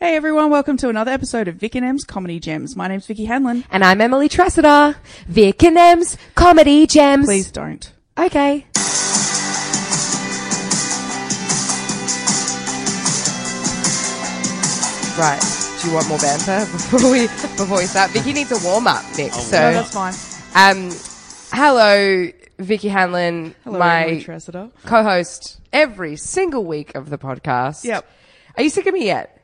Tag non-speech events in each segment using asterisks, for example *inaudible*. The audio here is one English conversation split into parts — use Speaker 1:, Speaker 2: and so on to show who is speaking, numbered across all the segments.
Speaker 1: Hey everyone, welcome to another episode of Vic and M's Comedy Gems. My name's Vicky Hanlon.
Speaker 2: And I'm Emily Tressida, Vic and Em's Comedy Gems.
Speaker 1: Please don't.
Speaker 2: Okay.
Speaker 3: Right. Do you want more banter *laughs* before we before we start? Vicky needs a warm up, Vic.
Speaker 1: No,
Speaker 3: So,
Speaker 1: that's fine.
Speaker 3: um, hello, Vicky Hanlon,
Speaker 1: Hello,
Speaker 3: my
Speaker 1: Emily Tressida.
Speaker 3: co-host every single week of the podcast.
Speaker 1: Yep.
Speaker 3: Are you sick of me yet?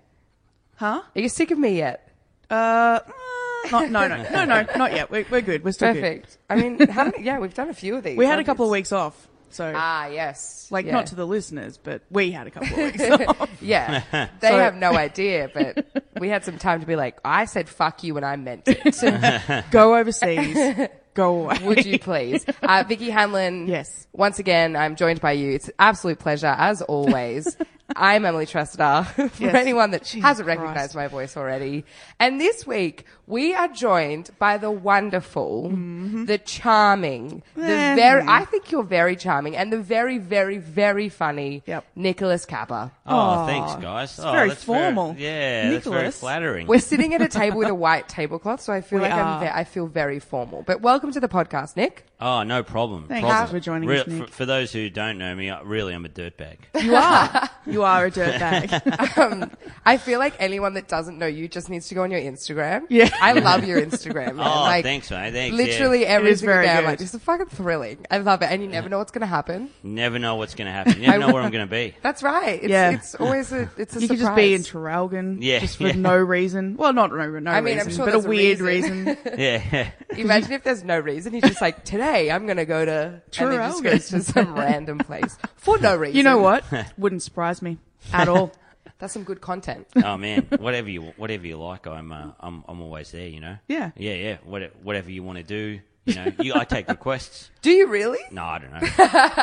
Speaker 1: Huh?
Speaker 3: Are you sick of me yet?
Speaker 1: Uh, mm, not, no, no, no, no, not yet. We're, we're good. We're still good.
Speaker 3: Perfect. I mean, how many, yeah, we've done a few of these.
Speaker 1: We had a
Speaker 3: haven't
Speaker 1: couple of weeks off, so
Speaker 3: Ah, yes.
Speaker 1: like
Speaker 3: Yeah.
Speaker 1: not to the listeners, but we had a couple of
Speaker 3: *laughs*
Speaker 1: weeks off. *laughs*
Speaker 3: Yeah. They have no idea, but we had some time to be like, I said fuck you and I meant
Speaker 1: *laughs*
Speaker 3: it.
Speaker 1: Go overseas. Go away.
Speaker 3: Would
Speaker 1: *laughs*
Speaker 3: you please? Uh, Vicky Hanlon.
Speaker 1: Yes.
Speaker 3: Once again, I'm joined by you. It's an absolute pleasure, as
Speaker 1: *laughs*
Speaker 3: always. I'm Emily Trestadar, *laughs* for
Speaker 1: Yes.
Speaker 3: anyone that
Speaker 1: Jesus
Speaker 3: hasn't
Speaker 1: Christ.
Speaker 3: recognized my voice already. And this week, we are joined by the wonderful,
Speaker 1: Mm-hmm.
Speaker 3: the charming, the
Speaker 1: Eh.
Speaker 3: very, I think you're very charming, and the very, very, very funny
Speaker 1: Yep.
Speaker 3: Nicholas Kappa.
Speaker 4: Oh, thanks, guys. oh,
Speaker 1: very
Speaker 4: that's
Speaker 1: formal.
Speaker 4: yeah, that's very
Speaker 1: Nicholas.
Speaker 4: flattering.
Speaker 3: We're sitting at a table with
Speaker 1: *laughs*
Speaker 3: a white tablecloth, so I feel
Speaker 1: We
Speaker 3: like
Speaker 1: are.
Speaker 3: I'm ve- I feel very formal. But welcome to the podcast, Nick.
Speaker 4: oh, no problem.
Speaker 1: Thanks
Speaker 4: problem.
Speaker 1: for joining us,
Speaker 4: for,
Speaker 1: Nick.
Speaker 4: for those who don't know me, I- really, I'm
Speaker 1: *laughs*
Speaker 4: a dirtbag.
Speaker 1: You are. You are a
Speaker 3: *laughs*
Speaker 1: dirtbag.
Speaker 3: Um, I feel like anyone that doesn't know you just needs to go on your Instagram.
Speaker 1: Yeah.
Speaker 3: I love your Instagram.
Speaker 1: *laughs*
Speaker 3: Man.
Speaker 4: oh,
Speaker 3: like,
Speaker 4: thanks, mate. Thanks. yeah.
Speaker 3: Literally every
Speaker 1: is
Speaker 3: single
Speaker 1: very
Speaker 3: day, I'm
Speaker 1: good.
Speaker 3: like, this is fucking thrilling. I love it, and you never know what's going to happen.
Speaker 4: Never know what's going to happen. You never know where I'm going
Speaker 1: *laughs*
Speaker 4: to be.
Speaker 3: That's right. It's,
Speaker 1: Yeah.
Speaker 3: it's always a it's a
Speaker 1: You
Speaker 3: surprise.
Speaker 1: could just be in Terralgan,
Speaker 4: Yeah,
Speaker 1: just for
Speaker 4: yeah.
Speaker 1: no reason. Well, not no, no
Speaker 3: I mean, I'm
Speaker 1: reason,
Speaker 3: sure
Speaker 1: but a
Speaker 3: there's a
Speaker 1: weird
Speaker 3: reason.
Speaker 1: reason.
Speaker 3: *laughs*
Speaker 4: Yeah. *laughs*
Speaker 3: Imagine if there's no reason. He's just like, today I'm going to go to and then just
Speaker 1: Terralgan.
Speaker 3: goes to some random place for no
Speaker 1: *laughs*
Speaker 3: reason.
Speaker 1: you know what? Wouldn't surprise me at
Speaker 3: *laughs*
Speaker 1: all.
Speaker 3: That's some good content.
Speaker 4: oh man, whatever you whatever you like, I'm uh, I'm I'm always there. You know.
Speaker 1: Yeah.
Speaker 4: Yeah, yeah. What, whatever you want to do. You know, you, I
Speaker 1: *laughs*
Speaker 4: take requests.
Speaker 3: Do you really?
Speaker 4: No, I don't know.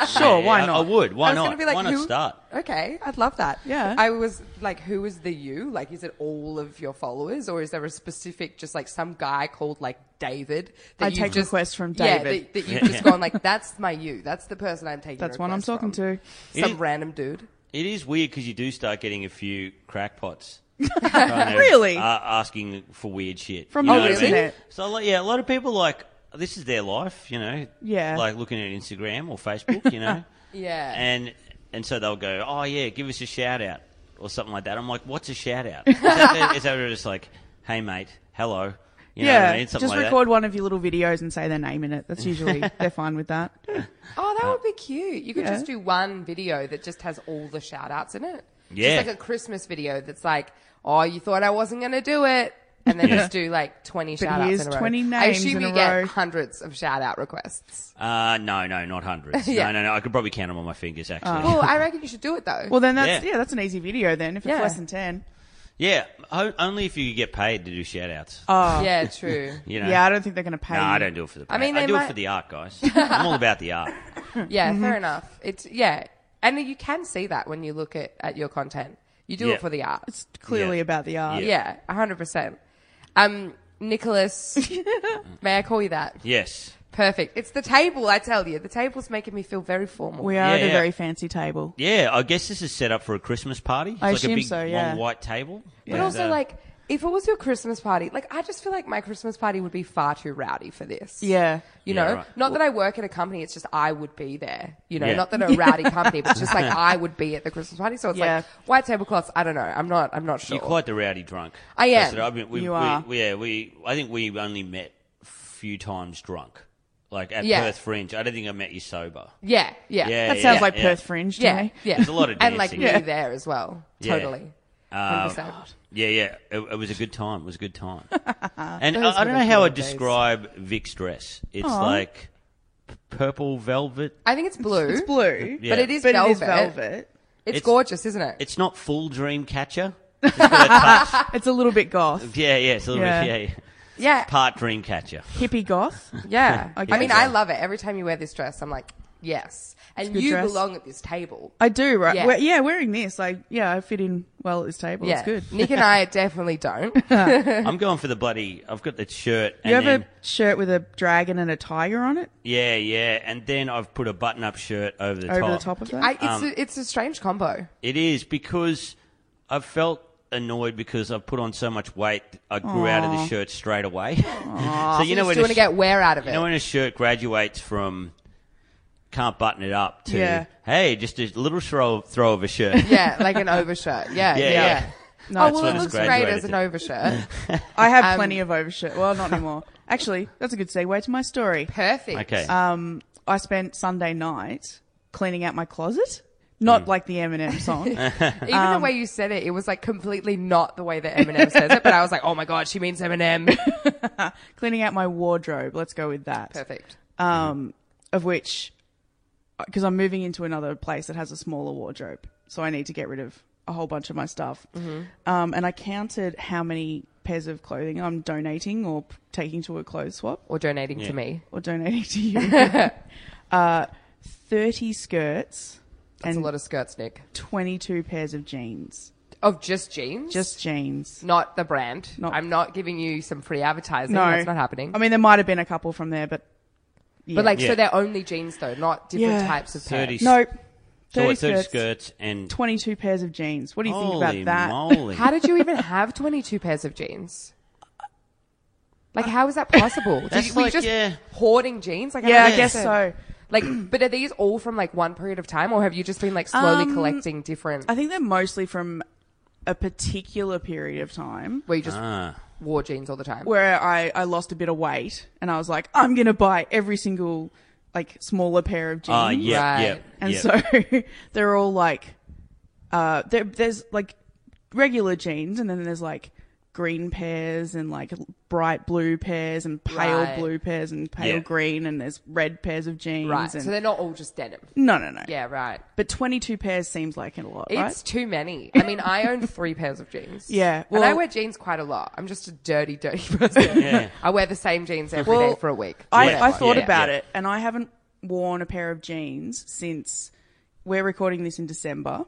Speaker 4: sure,
Speaker 1: why
Speaker 4: I,
Speaker 1: not?
Speaker 4: would. Why
Speaker 3: I was
Speaker 4: not?
Speaker 3: gonna be like,
Speaker 4: why not
Speaker 3: who-
Speaker 4: start?
Speaker 3: Okay, I'd love that.
Speaker 1: Yeah.
Speaker 3: I was like, who is the you? Like, is it all of your followers, or is there a specific, just like some guy called like David?
Speaker 1: I
Speaker 3: you've
Speaker 1: take requests from
Speaker 3: Yeah,
Speaker 1: David.
Speaker 3: that, that you've
Speaker 4: *laughs*
Speaker 3: just gone like, that's my you. That's the person I'm taking.
Speaker 1: That's one I'm
Speaker 3: requests
Speaker 1: talking
Speaker 3: from.
Speaker 1: to.
Speaker 3: Some
Speaker 4: It is-
Speaker 3: random dude.
Speaker 4: It is weird because you do start getting a few
Speaker 1: *laughs*
Speaker 4: crackpots. kind of,
Speaker 1: Really?
Speaker 4: Uh, asking for weird shit
Speaker 1: From
Speaker 4: you know
Speaker 3: the
Speaker 4: what I mean?
Speaker 1: internet.
Speaker 4: So like, yeah, a lot of people like this is their life, you know.
Speaker 1: Yeah.
Speaker 4: Like looking at Instagram or Facebook,
Speaker 1: *laughs*
Speaker 4: you know.
Speaker 3: Yeah.
Speaker 4: And and so they'll go, oh yeah, give us a shout out or something like that. I'm like, what's a
Speaker 1: *laughs*
Speaker 4: shout out? Is that, is that just like, hey mate, hello? You know what
Speaker 1: yeah,
Speaker 4: I mean?
Speaker 1: just
Speaker 4: Something like that.
Speaker 1: record one of your little videos and say their name in it. That's
Speaker 4: *laughs*
Speaker 1: usually they're fine with that.
Speaker 3: Oh, that would be cute. You could
Speaker 1: Uh, Yeah.
Speaker 3: just do one video that just has all the shout outs in it.
Speaker 4: Yeah.
Speaker 3: Just like a Christmas video that's like, oh, you thought I wasn't going to do it. And then
Speaker 4: Yeah.
Speaker 3: just do like 20 shout outs
Speaker 1: here's
Speaker 3: in a row.
Speaker 1: 20
Speaker 3: I
Speaker 1: names
Speaker 3: assume
Speaker 1: in
Speaker 3: you
Speaker 1: a
Speaker 3: get
Speaker 1: row.
Speaker 3: hundreds of shout out requests.
Speaker 4: Uh, no, no, not
Speaker 1: *laughs*
Speaker 4: hundreds.
Speaker 3: Yeah.
Speaker 4: No, no, no. I could probably count them on my fingers actually.
Speaker 1: Oh.
Speaker 3: Well, I reckon you should do it though.
Speaker 1: Well, then that's yeah,
Speaker 4: Yeah.
Speaker 1: that's an easy video then if it's
Speaker 3: Yeah.
Speaker 1: less than ten.
Speaker 4: yeah, o- only if you could get paid to do shout outs.
Speaker 3: yeah, true.
Speaker 4: you know.
Speaker 1: Uh, Yeah, I don't think they're going to pay.
Speaker 4: No,
Speaker 1: you.
Speaker 4: I don't do it for the. Pay.
Speaker 3: I
Speaker 4: I
Speaker 3: mean,
Speaker 4: mean,
Speaker 3: they
Speaker 4: I do
Speaker 3: might-
Speaker 4: it for the art, guys. *laughs* I'm all about the art.
Speaker 3: Yeah,
Speaker 1: Mm-hmm.
Speaker 3: fair enough. It's, yeah. And you can see that when you look at, at your content. You do
Speaker 4: Yeah.
Speaker 3: it for the art.
Speaker 1: It's clearly
Speaker 4: Yeah.
Speaker 1: about the art.
Speaker 4: Yeah.
Speaker 3: Yeah, a 100%. Um,
Speaker 1: *laughs*
Speaker 3: Nicholas, may I call you that?
Speaker 4: Yes.
Speaker 3: Perfect. It's the table, I tell you. The table's making me feel very formal.
Speaker 1: We are at
Speaker 4: Yeah,
Speaker 1: a
Speaker 4: yeah.
Speaker 1: very fancy table.
Speaker 4: Yeah, I guess this is set up for a Christmas party. It's
Speaker 1: I
Speaker 4: like
Speaker 1: assume
Speaker 4: a big
Speaker 1: so, yeah.
Speaker 4: long white table.
Speaker 3: but also, like, if it was your Christmas party, like, I just feel like my Christmas party would be far too rowdy for this.
Speaker 1: Yeah.
Speaker 3: You
Speaker 4: Yeah,
Speaker 3: know,
Speaker 4: right.
Speaker 3: not that I work at a company, it's just I would be there. You know,
Speaker 4: Yeah.
Speaker 3: not that a rowdy company, but just like I would be at the Christmas party. So it's
Speaker 1: Yeah.
Speaker 3: like white tablecloths. I don't know. I'm not. I'm not sure.
Speaker 4: You're quite the rowdy drunk.
Speaker 3: I am.
Speaker 4: That's what mean, we,
Speaker 1: You
Speaker 4: we-
Speaker 1: are.
Speaker 4: we- yeah, we. I think we only met a few times drunk, like at
Speaker 3: Yeah.
Speaker 4: Perth Fringe. I don't think I met you sober.
Speaker 3: yeah, yeah,
Speaker 4: Yeah,
Speaker 1: That sounds
Speaker 4: yeah,
Speaker 1: like
Speaker 4: yeah.
Speaker 1: Perth Fringe to
Speaker 3: yeah,
Speaker 1: me.
Speaker 3: yeah.
Speaker 4: There's a lot of
Speaker 3: *laughs* and like
Speaker 4: dancing.
Speaker 3: me
Speaker 4: Yeah.
Speaker 3: there as well.
Speaker 4: Yeah.
Speaker 3: Totally.
Speaker 4: Um,
Speaker 3: 100%.
Speaker 4: Yeah, yeah. It, it was a good time. It was a good time.
Speaker 3: *laughs*
Speaker 4: and
Speaker 3: Those
Speaker 4: I, I
Speaker 3: were
Speaker 4: don't
Speaker 3: the
Speaker 4: know how I
Speaker 3: glory days.
Speaker 4: describe Vic's dress. It's like p- purple velvet.
Speaker 3: I think it's blue.
Speaker 1: It's blue,
Speaker 4: Yeah.
Speaker 3: But it is
Speaker 1: but
Speaker 3: velvet.
Speaker 1: it is velvet.
Speaker 3: It's,
Speaker 4: It's-
Speaker 3: gorgeous, isn't it?
Speaker 4: It's not full dream catcher.
Speaker 1: It's a little bit
Speaker 4: *laughs*
Speaker 1: goth,
Speaker 4: Yeah, yeah, it's a little
Speaker 1: Yeah.
Speaker 4: bit, yeah, yeah.
Speaker 3: yeah.
Speaker 4: Part
Speaker 1: *laughs*
Speaker 4: dream catcher.
Speaker 1: hippie goth.
Speaker 3: *laughs* yeah.
Speaker 1: I
Speaker 3: I mean,
Speaker 1: guess.
Speaker 3: I love it. Every time you wear this dress, I'm like, yes. And
Speaker 1: good
Speaker 3: you
Speaker 1: dress.
Speaker 3: belong at this table.
Speaker 1: I do, right?
Speaker 3: Yeah.
Speaker 1: Yeah. yeah, wearing this, like, yeah, I fit in well at this table.
Speaker 3: yeah.
Speaker 1: It's good.
Speaker 3: Nick
Speaker 1: *laughs*
Speaker 3: and I definitely don't.
Speaker 4: I'm going for the bloody. I've got the shirt. And
Speaker 1: You have
Speaker 4: then,
Speaker 1: a shirt with a dragon and a tiger on it
Speaker 4: Yeah, yeah, and then I've put a button-up shirt over the
Speaker 1: over
Speaker 4: top.
Speaker 1: the top of that.
Speaker 3: I, it's,
Speaker 4: Um,
Speaker 3: a, it's a strange combo.
Speaker 4: It is because I've felt annoyed because I've put on so much weight. I grew out of the shirt straight away. *laughs* so you know
Speaker 3: you still
Speaker 4: when a
Speaker 3: want to
Speaker 4: sh-
Speaker 3: get wear out of it.
Speaker 4: you know when a shirt graduates from can't button it up to
Speaker 1: Yeah.
Speaker 4: hey, just a little throw throw of a shirt.
Speaker 3: *laughs*
Speaker 1: *laughs*
Speaker 3: yeah, like an overshirt. Yeah, yeah.
Speaker 4: Yeah, yeah.
Speaker 1: No,
Speaker 3: oh
Speaker 1: it's
Speaker 3: well,
Speaker 4: what
Speaker 3: it
Speaker 4: it's
Speaker 3: looks great
Speaker 4: graduated
Speaker 3: as an
Speaker 4: to.
Speaker 3: overshirt.
Speaker 4: *laughs*
Speaker 1: I have plenty of overshirt. Well, not anymore. Actually, that's a good segue to my story.
Speaker 3: Perfect.
Speaker 4: Okay.
Speaker 1: Um, I spent Sunday night cleaning out my closet. Not like the Eminem song.
Speaker 3: Even
Speaker 1: Um,
Speaker 3: the way you said it, it was like completely not the way that Eminem says it. But I was like, oh my god, she means Eminem.
Speaker 1: *laughs* cleaning out my wardrobe. Let's go with that.
Speaker 3: Perfect.
Speaker 1: Um, of which, because I'm moving into another place that has a smaller wardrobe, so I need to get rid of a whole bunch of my stuff. Um, and I counted how many pairs of clothing I'm donating or p- taking to a clothes swap.
Speaker 3: Or donating to me.
Speaker 1: or donating to you. uh, 30 skirts
Speaker 3: That's
Speaker 1: and
Speaker 3: a lot of skirts, Nick.
Speaker 1: 22 pairs of jeans.
Speaker 3: Of just jeans,
Speaker 1: Just jeans.
Speaker 3: not the brand.
Speaker 1: Not-
Speaker 3: I'm not giving you some free advertising.
Speaker 1: No.
Speaker 3: that's not happening.
Speaker 1: I mean, there might have been a couple from there, but. Yeah.
Speaker 3: but like, so
Speaker 4: Yeah.
Speaker 3: they're only jeans though, not different
Speaker 1: Yeah.
Speaker 3: types of pairs.
Speaker 4: 30
Speaker 1: No. 30,
Speaker 4: so what, 30
Speaker 1: skirts,
Speaker 4: skirts and
Speaker 1: 22 pairs of jeans. What do you
Speaker 4: holy
Speaker 1: think about that?
Speaker 4: moly.
Speaker 3: How did you even have 22 pairs of jeans? Like, how is that
Speaker 4: *laughs*
Speaker 3: possible? Did
Speaker 4: That's
Speaker 3: you, were you
Speaker 4: like,
Speaker 3: just
Speaker 4: yeah.
Speaker 3: hoarding jeans? Like,
Speaker 1: *laughs* Yeah,
Speaker 3: don't
Speaker 1: I guess
Speaker 3: understand.
Speaker 1: so.
Speaker 3: Like, but are these all from like one period of time, or have you just been like slowly
Speaker 1: Um,
Speaker 3: collecting different?
Speaker 1: I think they're mostly from a particular period of time
Speaker 3: where you just
Speaker 4: Ah.
Speaker 3: wore jeans all the time.
Speaker 1: where I, I lost a bit of weight and I was like, I'm going to buy every single like smaller pair of jeans.
Speaker 4: Ah, yep,
Speaker 3: Right.
Speaker 4: yep,
Speaker 1: And
Speaker 4: yep.
Speaker 1: so *laughs* they're all like, uh, there, there's like regular jeans, and then there's like green pairs and like bright blue pairs and pale
Speaker 3: Right.
Speaker 1: blue pairs and pale
Speaker 4: Yeah.
Speaker 1: green, and there's red pairs of jeans.
Speaker 3: right.
Speaker 1: And
Speaker 3: So they're not all just denim.
Speaker 1: no, no, no.
Speaker 3: Yeah. Right.
Speaker 1: But 22 pairs seems like a lot,
Speaker 3: It's
Speaker 1: right?
Speaker 3: too many. I mean, I own three pairs of
Speaker 1: *laughs*
Speaker 3: jeans.
Speaker 1: Yeah,
Speaker 3: and I
Speaker 1: well-
Speaker 3: wear jeans quite a lot. I'm just a dirty, dirty *laughs* person.
Speaker 4: Yeah.
Speaker 3: I wear the same jeans every day
Speaker 1: Well,
Speaker 3: for a week. Whatever.
Speaker 1: I, I thought
Speaker 4: Yeah,
Speaker 1: about
Speaker 4: yeah.
Speaker 1: it, and I haven't worn a pair of jeans since we're recording this in December.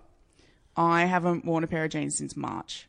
Speaker 1: I haven't worn a pair of jeans since March.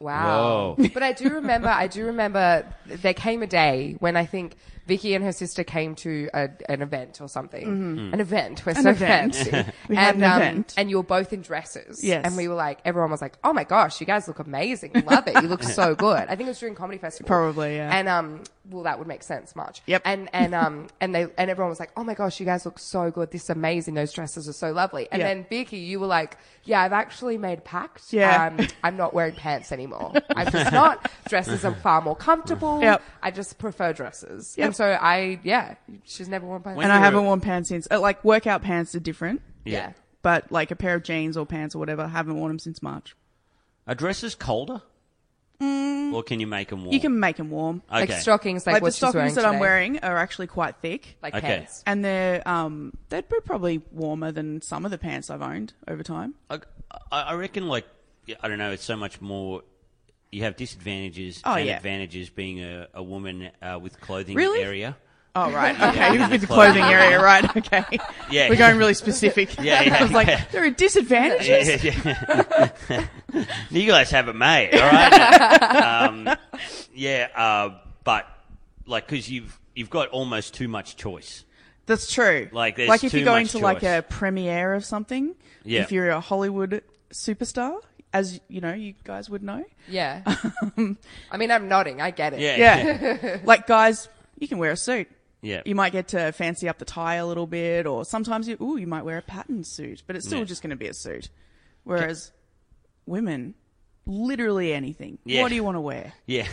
Speaker 3: Wow.
Speaker 4: Whoa.
Speaker 3: But I do remember, I do remember th- there came a day when I think Vicky and her sister came to a, an event or something. An event. We're so
Speaker 1: Mm-hmm. event.
Speaker 3: fancy.
Speaker 1: *laughs* We had
Speaker 3: and,
Speaker 1: an
Speaker 3: um,
Speaker 1: event.
Speaker 3: and you were both in dresses.
Speaker 1: Yes.
Speaker 3: And we were like, everyone was like, oh my gosh, you guys look amazing. Love it. You look so good. I think it was during Comedy Festival.
Speaker 1: Probably, yeah.
Speaker 3: And, um, well, that would make sense, March.
Speaker 1: Yep.
Speaker 3: And, and, um, and they, and everyone was like, oh my gosh, you guys look so good. This is amazing. Those dresses are so lovely. And
Speaker 1: Yeah.
Speaker 3: then Vicky, you were like, yeah, I've actually made pacts.
Speaker 1: Yeah.
Speaker 3: Um, I'm not wearing pants anymore. I'm just not. Dresses are far more comfortable.
Speaker 1: Yep.
Speaker 3: I just prefer dresses.
Speaker 1: Yep.
Speaker 3: And so I, yeah, she's never worn pants.
Speaker 4: When
Speaker 1: And I
Speaker 4: you were-
Speaker 1: haven't worn pants since. uh, Like workout pants are different,
Speaker 3: yeah.
Speaker 1: but like a pair of jeans or pants or whatever, I haven't worn them since March.
Speaker 4: Are dresses colder? Or can you make them warm?
Speaker 1: Mm. You can make them warm.
Speaker 4: Okay.
Speaker 3: Like stockings, like,
Speaker 1: like
Speaker 3: what
Speaker 1: the stockings
Speaker 3: she's wearing
Speaker 1: that I'm
Speaker 3: today.
Speaker 1: wearing are actually quite thick,
Speaker 3: Like
Speaker 4: Okay.
Speaker 3: pants.
Speaker 1: and they're um they'd be probably warmer than some of the pants I've owned over time.
Speaker 4: I, I I reckon, like, yeah, I don't know, it's so much more. You have disadvantages
Speaker 1: Oh,
Speaker 4: and
Speaker 1: yeah.
Speaker 4: advantages being a, a woman uh, with clothing
Speaker 1: Really?
Speaker 4: area.
Speaker 1: Oh
Speaker 3: *laughs*
Speaker 1: right, okay,
Speaker 4: yeah,
Speaker 1: with the *laughs*
Speaker 4: the
Speaker 1: clothing
Speaker 4: clothing
Speaker 1: area, right? Okay,
Speaker 4: Yeah.
Speaker 1: we're going really specific.
Speaker 4: Yeah, yeah,
Speaker 1: I was like,
Speaker 4: yeah.
Speaker 1: there are disadvantages.
Speaker 4: *laughs* Yeah, yeah, *laughs* yeah. you guys have it made, all right? um, yeah, uh, but like, because you've you've got almost too much choice.
Speaker 1: That's true.
Speaker 4: Like, there's
Speaker 1: like if
Speaker 4: too
Speaker 1: you're going
Speaker 4: much
Speaker 1: to like
Speaker 4: choice.
Speaker 1: a premiere of something,
Speaker 4: Yeah.
Speaker 1: if you're a Hollywood superstar, as you know, you guys would know. *laughs*
Speaker 3: Yeah.
Speaker 1: Um,
Speaker 3: I mean, I'm nodding. I get it.
Speaker 4: Yeah,
Speaker 1: Yeah. like guys, you can wear a suit.
Speaker 4: Yeah.
Speaker 1: You might get to fancy up the tie a little bit or sometimes you ooh, you might wear a pattern suit, but it's still
Speaker 4: Yeah.
Speaker 1: just going to be a suit. Whereas women literally anything.
Speaker 4: Yeah.
Speaker 1: What do you want to wear?
Speaker 4: yeah.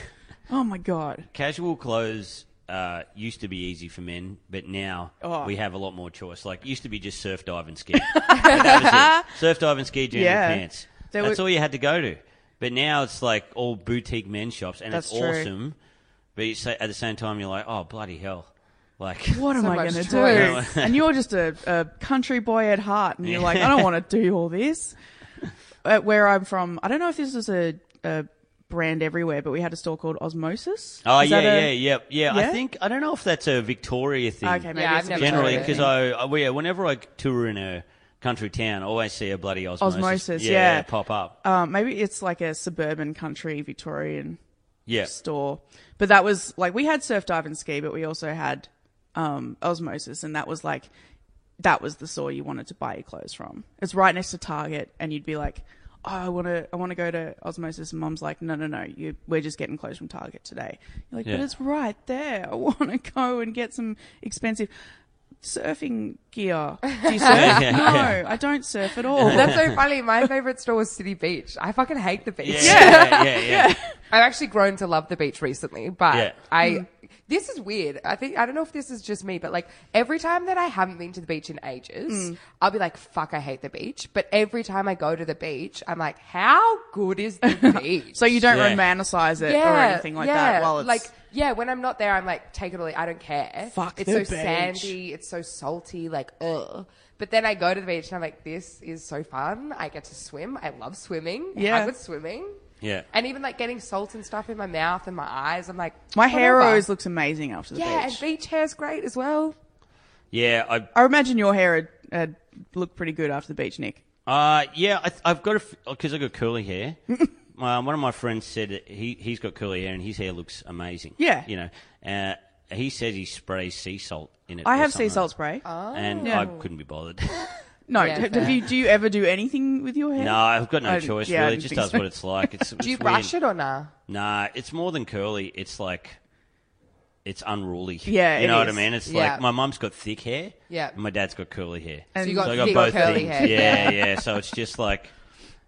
Speaker 1: Oh my god.
Speaker 4: Casual clothes uh, used to be easy for men, but now
Speaker 1: Oh.
Speaker 4: we have a lot more choice. Like, it used to be just surf, dive, and ski. *laughs* That
Speaker 1: *laughs*
Speaker 4: was it. Surf, dive, and ski, jeans
Speaker 1: Yeah.
Speaker 4: and pants.
Speaker 1: There
Speaker 4: That's
Speaker 1: were-
Speaker 4: all you had to go to. But now it's like all boutique men's shops, and
Speaker 1: That's
Speaker 4: it's
Speaker 1: true.
Speaker 4: awesome. But you say, at the same time, you're like, oh bloody hell! Like,
Speaker 1: What am I
Speaker 3: much
Speaker 1: going to
Speaker 3: choice.
Speaker 1: do? *laughs* and you're just a, a country boy at heart, and you're like, I don't want to do all
Speaker 4: *laughs*
Speaker 1: this. At where I'm from, I don't know if this is a, a brand everywhere, but we had a store called Osmosis.
Speaker 4: *laughs* oh
Speaker 1: Is
Speaker 4: yeah,
Speaker 1: that
Speaker 4: yeah,
Speaker 1: a-
Speaker 4: yeah, yeah,
Speaker 1: Yeah?
Speaker 4: I think I don't know if that's a Victoria thing.
Speaker 1: Okay, maybe
Speaker 3: Yeah,
Speaker 1: it's
Speaker 3: I've
Speaker 1: a
Speaker 3: never heard
Speaker 4: generally
Speaker 3: of it.
Speaker 4: because I, I well, yeah, whenever I tour in a country town, I always see a bloody osmosis.
Speaker 1: Osmosis, yeah.
Speaker 4: pop up.
Speaker 1: Um, maybe it's like a suburban country Victorian
Speaker 4: Yeah,
Speaker 1: store. But that was like we had surf dive and ski, but we also had um, osmosis, and that was like that was the store you wanted to buy your clothes from. It's right next to Target, and you'd be like, "Oh, I want to, I want to go to osmosis." And Mum's like, "No, no, no, you, we're just getting clothes from Target today." You're like,
Speaker 4: Yeah.
Speaker 1: "But it's right there. I want to go and get some expensive." Surfing gear. Do you surf?
Speaker 4: *laughs* Yeah, yeah, yeah.
Speaker 1: No, I don't surf
Speaker 4: *laughs*
Speaker 1: at all.
Speaker 3: That's so funny. My favorite store was City Beach. I fucking hate the beach.
Speaker 4: yeah, yeah,
Speaker 1: *laughs*
Speaker 4: yeah. yeah.
Speaker 3: I've actually grown to love the beach recently, but
Speaker 4: Yeah.
Speaker 3: I this is weird. I think I don't know if this is just me, but like every time that I haven't been to the beach in ages, I'll be like, "Fuck, I hate the beach." But every time I go to the beach, I'm like, "How good is the beach?"
Speaker 1: so you don't
Speaker 4: Yeah.
Speaker 1: romanticize it or anything like
Speaker 3: yeah.
Speaker 1: that while it's
Speaker 3: like yeah, when I'm not there, I'm like, take it or leave- I don't care.
Speaker 1: Fuck
Speaker 3: it's
Speaker 1: the
Speaker 3: so
Speaker 1: beach.
Speaker 3: sandy, it's so salty, like ugh. But then I go to the beach and I'm like, this is so fun. I get to swim. I love swimming.
Speaker 1: Yeah.
Speaker 3: I was swimming.
Speaker 4: Yeah.
Speaker 3: And even like getting salt and stuff in my mouth and my eyes, I'm like,
Speaker 1: My hair
Speaker 3: whatever.
Speaker 1: always looks amazing after the
Speaker 3: yeah,
Speaker 1: beach.
Speaker 3: and beach hair's great as well.
Speaker 4: Yeah, I
Speaker 1: I imagine your hair had, had looked pretty good after the beach, Nick.
Speaker 4: Uh, yeah, I, I've got a because I got
Speaker 1: *laughs*
Speaker 4: curly hair. my, one of my friends said that he he's got curly hair and his hair looks amazing.
Speaker 1: Yeah.
Speaker 4: you know, uh, he says he sprays sea salt in it.
Speaker 1: I
Speaker 4: or
Speaker 1: have sea
Speaker 4: something
Speaker 1: salt Oh. spray.
Speaker 4: like that. and
Speaker 1: Yeah.
Speaker 4: I couldn't be bothered. *laughs*
Speaker 1: no,
Speaker 3: Oh, Yeah,
Speaker 1: d-
Speaker 3: fair.
Speaker 1: have you, do you ever do anything with your hair?
Speaker 4: no, I've got no
Speaker 1: I-
Speaker 4: choice
Speaker 1: yeah, I
Speaker 4: really. It
Speaker 1: didn't
Speaker 4: just
Speaker 1: think
Speaker 4: does
Speaker 1: so.
Speaker 4: what it's
Speaker 1: *laughs*
Speaker 4: like. It's,
Speaker 3: Do you brush it or nah?
Speaker 4: Nah, it's more than curly. It's like it's unruly.
Speaker 1: Yeah,
Speaker 4: you
Speaker 1: it
Speaker 4: know what I
Speaker 1: is.
Speaker 4: mean. It's
Speaker 3: Yeah.
Speaker 4: like my mum's got thick hair.
Speaker 3: Yeah.
Speaker 4: and my dad's got curly hair.
Speaker 3: so
Speaker 1: And-
Speaker 3: you got,
Speaker 4: so I
Speaker 3: thick
Speaker 4: got both
Speaker 3: curly
Speaker 4: things.
Speaker 3: hair.
Speaker 4: Yeah, yeah. So it's just like,